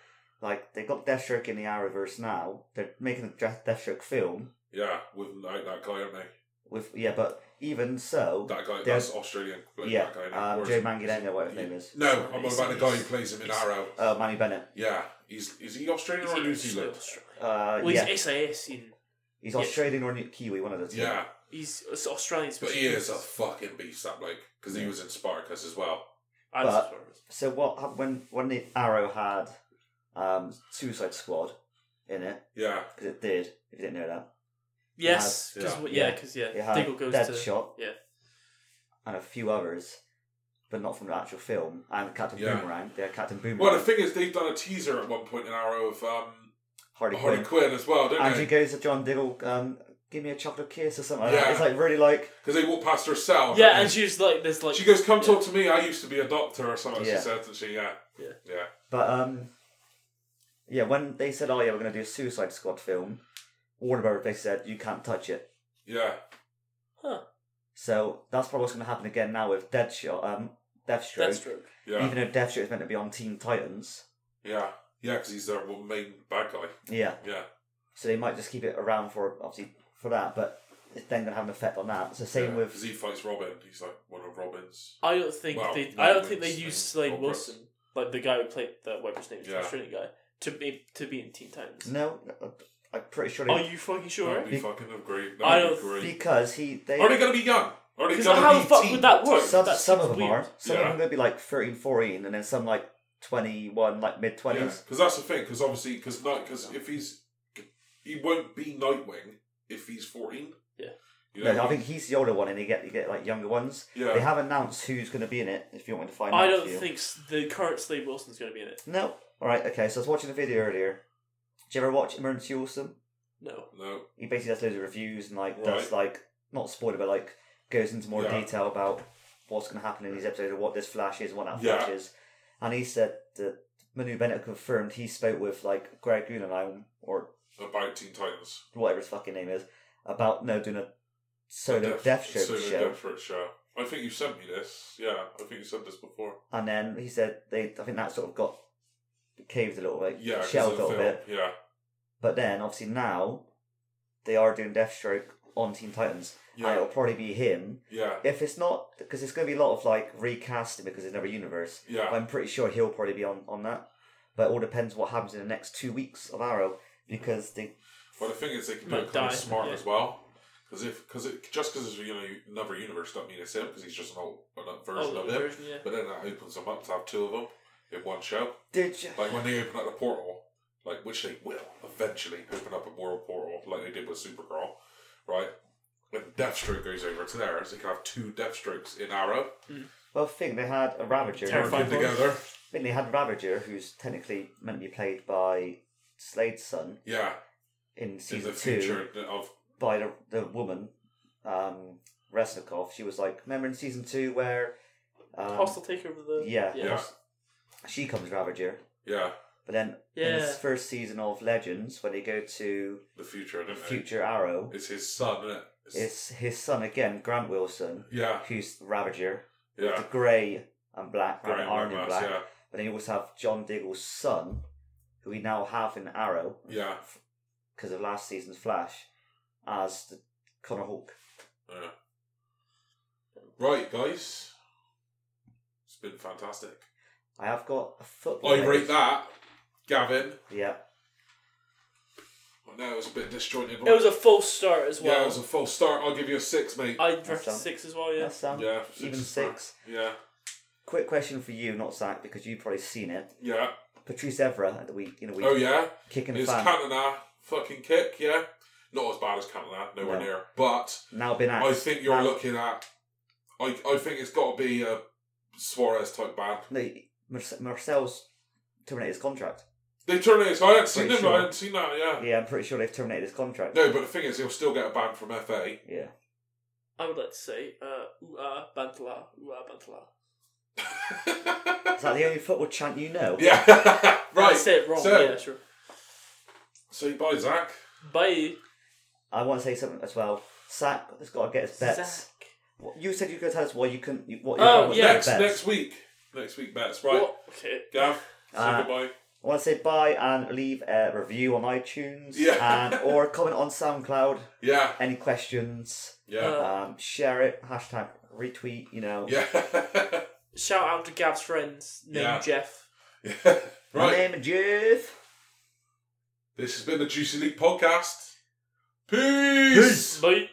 like they got Deathstroke in the Arrowverse now. They're making a Death- Deathstroke film Yeah, with like that guy, aren't they? with yeah, but even so, That guy, There's- that's Australian. bloke, yeah, that guy, innit? uh, Whereas- Joe Manganiello, whatever his name is, No, I'm on He's- about the guy who he's- plays him in he's- Arrow. uh, Manny Bennett. Yeah, he's is he Australian Is or he New actually Zealand? Australian? Uh, Well, yeah, he's SAS in. he's yeah. Australian or New Kiwi, one of the two. Yeah, He's it's Australian. but he is a fucking beast, that bloke, because he was in Spartacus as well. I but- was So what hap- when when the Arrow had um, Suicide Squad in it Yeah, because it did. If you didn't know that, yes, Yeah. because yeah, Yeah. because yeah, it had Diggle goes to. Deadshot yeah. and a few others, but not from the actual film. And Captain Yeah. Boomerang, they had Captain Boomerang. Well, the thing is, they've done a teaser at one point in Arrow of um, Harley Harley Quinn. Quinn as well, don't And she they? goes to John Diggle, um, give me a chocolate kiss or something like Yeah. that. It's like really like, Because they walk past her cell. Yeah, don't and she's like this, they? like Oh, she goes, "Come talk to me. I used to be a doctor or something." She Yeah. said, "Didn't she? Yeah, Yeah. yeah." but um, yeah, when they said, oh yeah, we're going to do a Suicide Squad film, Warner Brothers, they said, you can't touch it. Yeah, So that's probably what's going to happen again now with Deadshot, um, Deathstroke. Deathstroke. yeah, Even though Deathstroke is meant to be on Teen Titans, yeah, yeah. Because he's their main bad guy. yeah. Yeah, So they might just keep it around for obviously for that, but it's then going to have an effect on that. It's the same yeah. with 'Cause he fights Robin. He's like one of Robin's. I don't think Well, they. no, I don't think they it's use like Slade Paul Brooks. Wilson, like the guy who played the Weber's name, the Yeah. Australian guy, to be to be in Teen Titans. no. uh, I'm pretty sure Are they, you fucking That'd sure? be Be- fucking great. I That'd be don't great. because he they Are they gonna be young? Are they 'Cause gonna how be the fuck teen would that work? titans? some that some of seems them are weird. some Yeah. of them going to be like 13, 14, and then some like twenty one, like mid twenties. because that's the thing. Because obviously, because night, because if he's, he won't be Nightwing if he's fourteen. Yeah. You know? No, I think he's the older one, and you get you get like younger ones. Yeah. They have announced who's going to be in it. If you want me to find out, I for don't you. think s- the current Slade Wilson's going to be in it. No. All right. Okay. So I was watching a video earlier. Did you ever watch Emergency Awesome? No. No. He basically does loads of reviews and like Right. does like not spoiler, but like goes into more Yeah. detail about what's going to happen in these episodes and what this Flash is, what that Yeah. Flash is. And he said that Manu Bennett confirmed he spoke with like Greg Guggenheim or About Teen Titans. whatever his fucking name is about no doing a solo Death, Stroke solo show. Death Stroke show. I think you sent me this. Yeah, I think you sent this before. And then he said they, I think that sort of got caved a little bit, Yeah, 'cause shelled a of the little film. bit. Yeah, But then, obviously, now they are doing Deathstroke on Teen Titans, and yeah, it'll probably be him. yeah, If it's not, because there's going to be a lot of like recasting because there's another universe. But yeah. I'm pretty sure he'll probably be on on that. But it all depends what happens in the next two weeks of Arrow because they But the thing is, they can do Might it kind die, of smart yeah. as well. Because if, because it just because it's you know another universe doesn't mean it's him because he's just an old, an old version Oh, of the him. version, yeah. But then that opens them up to have two of them in one show. did. You... Like when they open up the portal, like which they will eventually open up a world portal, like they did with Supergirl, right? When Deathstroke goes over to theirs, they can have two Deathstrokes in Arrow Well, I think they had a Ravager. Terrifying. working Terrifying Boys. together. I think they had Ravager, who's technically meant to be played by Slade's son Yeah, in in season the two. future of by the, the woman, um, Resnikov. She was like, remember in season two where um, Hostile takeover the. yeah, Yeah. Yeah. she comes Ravager, yeah. but then in Yeah. this first season of Legends, when they go to the future, don't they? Future Arrow, It's his son, isn't it? It's- it's his son again, Grant Wilson, yeah, who's Ravager, with yeah. the grey and black, Graham and iron and Mass, black. yeah, But then you also have John Diggle's son, who we now have in Arrow yeah, because of last season's Flash, as the Connor Hawk. yeah. Right, guys. It's been fantastic. I have got a football. I rate Oh, that, Gavin. Yeah. I know it was a bit disjointed. but- It was a Uh, false start as well. yeah, it was a full start. I'll give you a six, mate. I drafted sound- six as well. Yeah. That's um, yeah, even is fine. six. Yeah, Quick question for you, not Zach, because you've probably seen it. yeah. Patrice Evra at the week in a week Oh yeah, kicking the it's fan Cantona fucking kick. Yeah, not as bad as Cantona, nowhere No. near. But now been axed. I think you're now, looking at. I I think it's got to be a Suarez type ban. No, Marce- Marcel's terminated his contract. They terminated. So I hadn't seen them. Pretty I sure. hadn't seen that. Yeah. Yeah, I'm pretty sure they've terminated his contract. No, but the thing is, he'll still get a ban from FA. Yeah, I would like to say, uh, ooh ah bantala, ooh ah bantala. is that the only football chant you know? yeah. I right. said it wrong. So, Yeah, sure. so you buy Zach. Bye, I want to say something as well. Zach has got to get his bets. Zach. What- You said you could tell us why you couldn't. You, what Oh, you got yeah. with next your bets. next week. Next week bets. Right. What? Okay. Gav. Say Uh, goodbye. I want to say bye and leave a review on iTunes Yeah. and or comment on SoundCloud. Yeah. Any questions? Yeah. Uh, um, share it, hashtag retweet, you know. yeah. Shout out to Gav's friends named Yeah. Jeff. yeah. My Right. name is Jeff. This has been the Juicy League podcast. Peace. Bye.